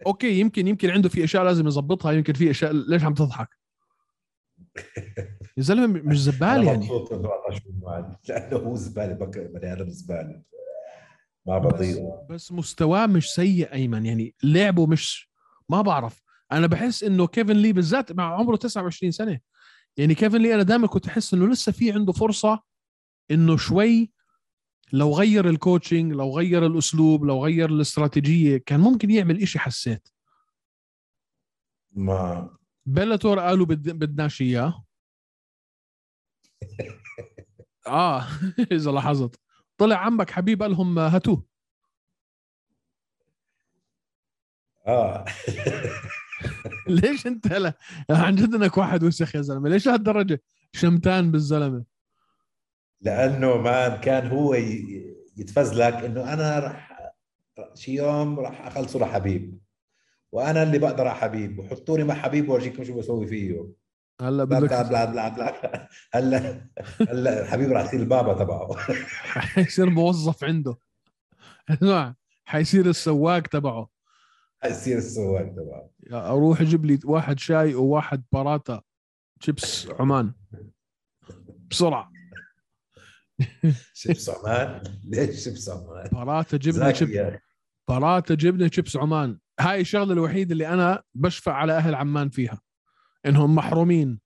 B: اوكي يمكن يمكن عنده في اشياء لازم يظبطها يمكن في اشياء ليش عم تضحك يا زلمه مش زبال
C: انا
B: يعني
C: مبسوط انه انا شو معي لانه هو زباله بك- بني ادم زباله ما بطيقه
B: بس مستواه مش سيء ايمن يعني لعبه مش ما بعرف انا بحس انه كيفن لي بالذات مع عمره 29 سنه يعني كيفن لي انا دائما كنت احس انه لسه في عنده فرصه انه شوي لو غير الكوتشنج لو غير الاسلوب لو غير الاستراتيجيه كان ممكن يعمل إشي حسيت
C: ما
B: بلاتور قالوا بد... بدناش اياه اه اذا لاحظت طلع عمك حبيب قال لهم هاتوه
C: اه
B: ليش انت لا يعني عن جد انك واحد وسخ يا زلمه ليش لهالدرجه شمتان بالزلمه
C: لانه ما كان هو ي- يتفزلك انه انا رح شي يوم رح اخلصه لحبيب وانا اللي بقدر على حبيب وحطوني مع حبيب واورجيكم شو بسوي فيه
B: هلا
C: لا لا
B: بدك
C: لا لا لا هلا هلا حبيب رح يصير البابا تبعه
B: حيصير موظف عنده اسمع حيصير السواق تبعه
C: يصير السواق تبعه
B: يا اروح اجيب لي واحد شاي وواحد باراتا شيبس عمان بسرعه
C: شيبس عمان ليش شيبس عمان؟
B: باراتا جبنه
C: زاكي
B: شيبس
C: يا أخي.
B: باراتا جبنه شيبس عمان هاي الشغله الوحيده اللي انا بشفع على اهل عمان فيها انهم محرومين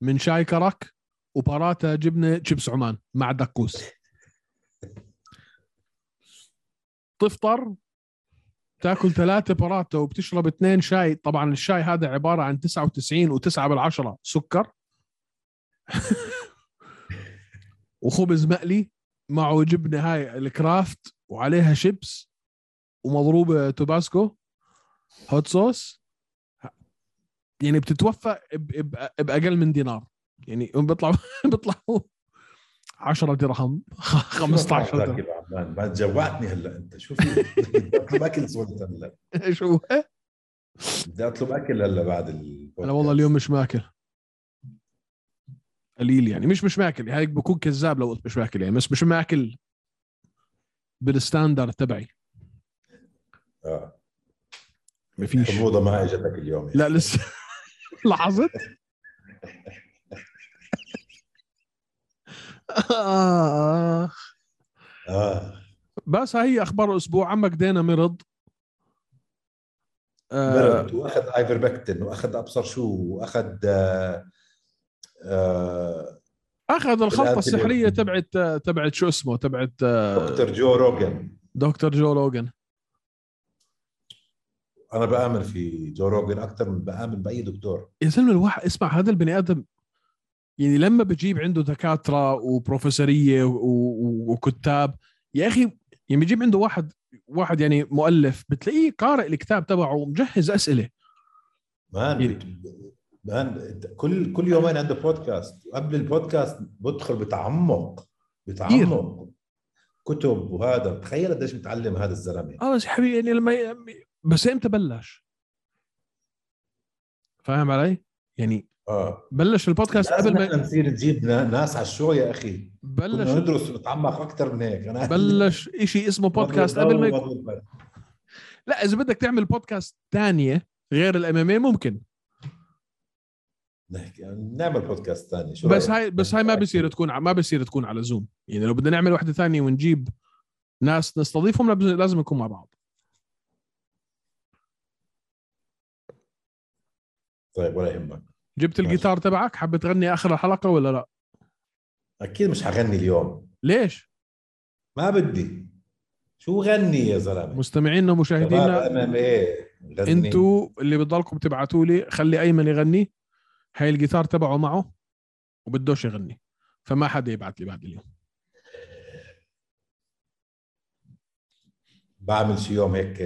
B: من شاي كرك وباراتا جبنه شيبس عمان مع دقوس تفطر تاكل ثلاثة باراتا وبتشرب اثنين شاي طبعا الشاي هذا عبارة عن 99 و9 بالعشرة سكر وخبز مقلي معه جبنة هاي الكرافت وعليها شيبس ومضروبه توباسكو هوت صوص يعني بتتوفى ب- ب- باقل من دينار يعني هم بيطلعوا بيطلعوا 10 درهم 15 درهم
C: زاكي عمان ما جوعتني هلا انت شو في بدي اطلب اكل سويت هلا
B: ايش هو؟
C: بدي اطلب اكل هلا بعد ال
B: انا والله اليوم مش ماكل قليل يعني مش مش ماكل هيك بكون كذاب لو قلت مش ماكل يعني بس مش ماكل بالستاندرد تبعي
C: آه.
B: ما فيش
C: حموضه ما اجتك اليوم يعني.
B: لا لسه لاحظت آخ.
C: اه
B: آه. بس هي اخبار الاسبوع عمك دينا مرض آه
C: مرض واخذ ايفربكتين واخذ ابصر شو واخذ آه آه
B: اخذ الخلطه
C: بالأنتي
B: السحريه
C: بيوتيك.
B: تبعت تبعت شو اسمه تبعت
C: دكتور جو روجن
B: دكتور جو روجن
C: انا بامن في جو روجن اكثر من بامن باي دكتور
B: يا زلمه الواحد اسمع هذا البني ادم يعني لما بجيب عنده دكاتره وبروفيسوريه و- و- وكتاب يا اخي يعني بجيب عنده واحد واحد يعني مؤلف بتلاقيه قارئ الكتاب تبعه ومجهز اسئله
C: مان مان كل كل يومين عنده بودكاست قبل البودكاست بدخل بتعمق بتعمق كتب وهذا تخيل قديش متعلم هذا الزلمه
B: اه بس يا حبيبي يعني لما ي- بس امتى بلش؟ فاهم علي؟ يعني
C: اه
B: بلش البودكاست قبل ما
C: نصير نجيب نا- ناس على الشو يا اخي
B: بلش
C: كنا ندرس ونتعمق اكثر من هيك انا
B: بلش شيء اسمه بودكاست قبل ما يكون-
C: ما
B: لا اذا بدك تعمل بودكاست ثانيه غير الاماميه إيه ممكن
C: نحكي نعمل بودكاست ثاني شو
B: بس
C: رأيك؟
B: هاي بس هاي ما بصير تكون ع- ما بصير تكون على زوم يعني لو بدنا نعمل واحده ثانيه ونجيب ناس نستضيفهم لابد- لازم نكون مع بعض
C: طيب ولا يهمك
B: جبت
C: ماشي.
B: الجيتار تبعك حاب تغني اخر الحلقه ولا لا
C: اكيد مش حغني اليوم
B: ليش
C: ما بدي شو غني يا زلمه
B: مستمعينا ومشاهدينا
C: امام ايه غني.
B: انتوا اللي بتضلكم تبعتوا لي خلي ايمن يغني هاي الجيتار تبعه معه وبدوش يغني فما حدا يبعث لي بعد اليوم
C: بعمل شي يوم هيك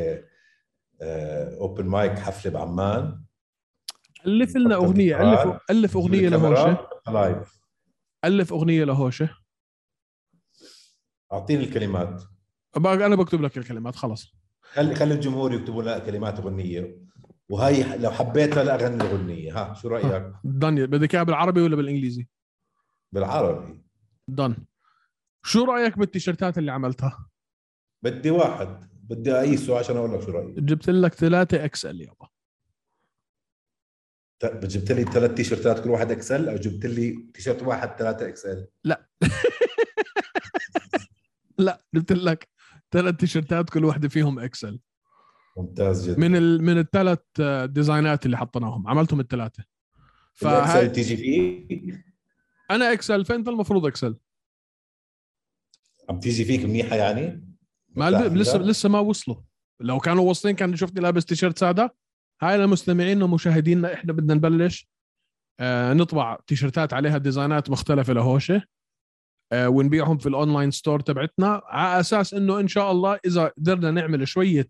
C: آه، اوبن مايك حفله بعمان
B: الف لنا اغنيه الف الف اغنيه لهوشه
C: بالكاميرا، لايف
B: الف اغنيه لهوشه
C: اعطيني الكلمات
B: بقى انا بكتب لك الكلمات خلص
C: خلي خلي الجمهور يكتبوا لنا كلمات اغنيه وهي لو حبيتها لا اغني الاغنيه ها شو رايك
B: دنيا بدك اياها بالعربي ولا بالانجليزي؟
C: بالعربي
B: دن شو رايك بالتيشيرتات اللي عملتها؟
C: بدي واحد بدي اقيسه عشان اقول لك شو رايي
B: جبت لك ثلاثه اكس ال يابا
C: ت- جبت لي ثلاث تيشرتات كل واحد اكسل او جبت لي تيشرت واحد ثلاثه اكسل
B: لا جبت لك ثلاث تيشيرتات كل واحده فيهم اكسل
C: ممتاز جدا
B: من ال... من الثلاث آه، ديزاينات اللي حطيناهم عملتهم الثلاثه
C: الاكسل
B: فهاي
C: تيجي فيك
B: انا اكسل فانت المفروض اكسل
C: عم تيجي فيك منيحه يعني
B: ما الب... لسه لسه ما وصلوا لو كانوا واصلين كان شفتني لابس تيشيرت ساده هاي لمستمعينا ومشاهدينا احنا بدنا نبلش آه نطبع تيشيرتات عليها ديزاينات مختلفه لهوشه آه ونبيعهم في الاونلاين ستور تبعتنا على اساس انه ان شاء الله اذا قدرنا نعمل شويه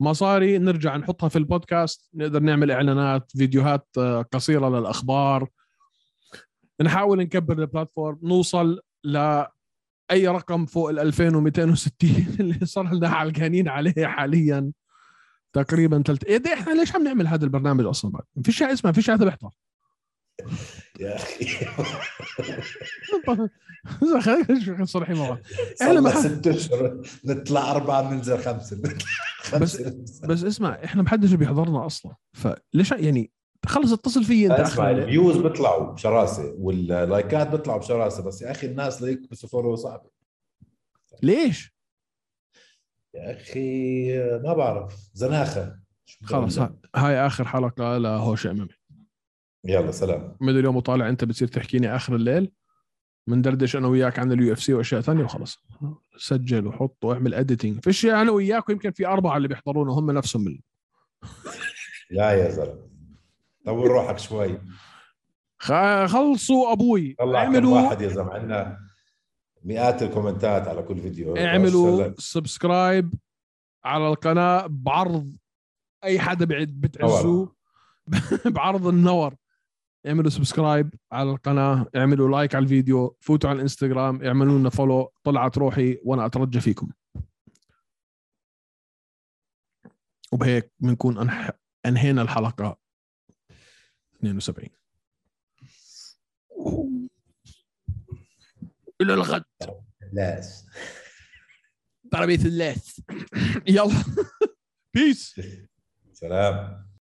B: مصاري نرجع نحطها في البودكاست نقدر نعمل اعلانات فيديوهات آه، قصيره للاخبار نحاول نكبر البلاتفورم نوصل ل اي رقم فوق ال 2260 اللي صار لنا علقانين عليه حاليا تقريبا ثلث ايه ده احنا ليش عم نعمل هذا البرنامج اصلا بعد؟ ما فيش شيء اسمه ما فيش حدا بيحضر
C: يا اخي
B: خلينا صريحين مع بعض
C: صار
B: ما
C: لنا
B: حد-
C: ست اشهر نطلع اربعه بننزل خمسه
B: بس- بس اسمع احنا ما حدش بيحضرنا اصلا فليش يعني خلص اتصل فيي انت
C: اسمع
B: اخي
C: الفيوز بيطلعوا بشراسه واللايكات بيطلعوا بشراسه بس يا اخي الناس ليك بس فولو صعب
B: ليش؟
C: يا اخي ما بعرف زناخه شو بدي
B: خلص
C: أقول لك؟
B: ها- هاي اخر حلقه لهوش امامي
C: يلا سلام
B: مدري اليوم وطالع انت بتصير تحكيني اخر الليل مندردش انا وياك عن اليو اف سي واشياء ثانيه وخلص سجل وحط واعمل اديتنج فيش انا وياك ويمكن في اربعه اللي بيحضرونا هم نفسهم ال-
C: لا يا زلمه طول روحك شوي
B: خ- خلصوا ابوي
C: طلع كم
B: اعملوا
C: واحد يا زلمه عندنا مئات الكومنتات على كل فيديو
B: اعملوا سبسكرايب على القناه بعرض اي حدا بعد بتعزوه بعرض النور اعملوا سبسكرايب على القناه اعملوا لايك على الفيديو فوتوا على الانستغرام اعملوا لنا فولو طلعت روحي وانا اترجى فيكم وبهيك بنكون أنح... انهينا الحلقه 72 الى الغد
C: لا
B: تربيه الناس يلا بيس
C: سلام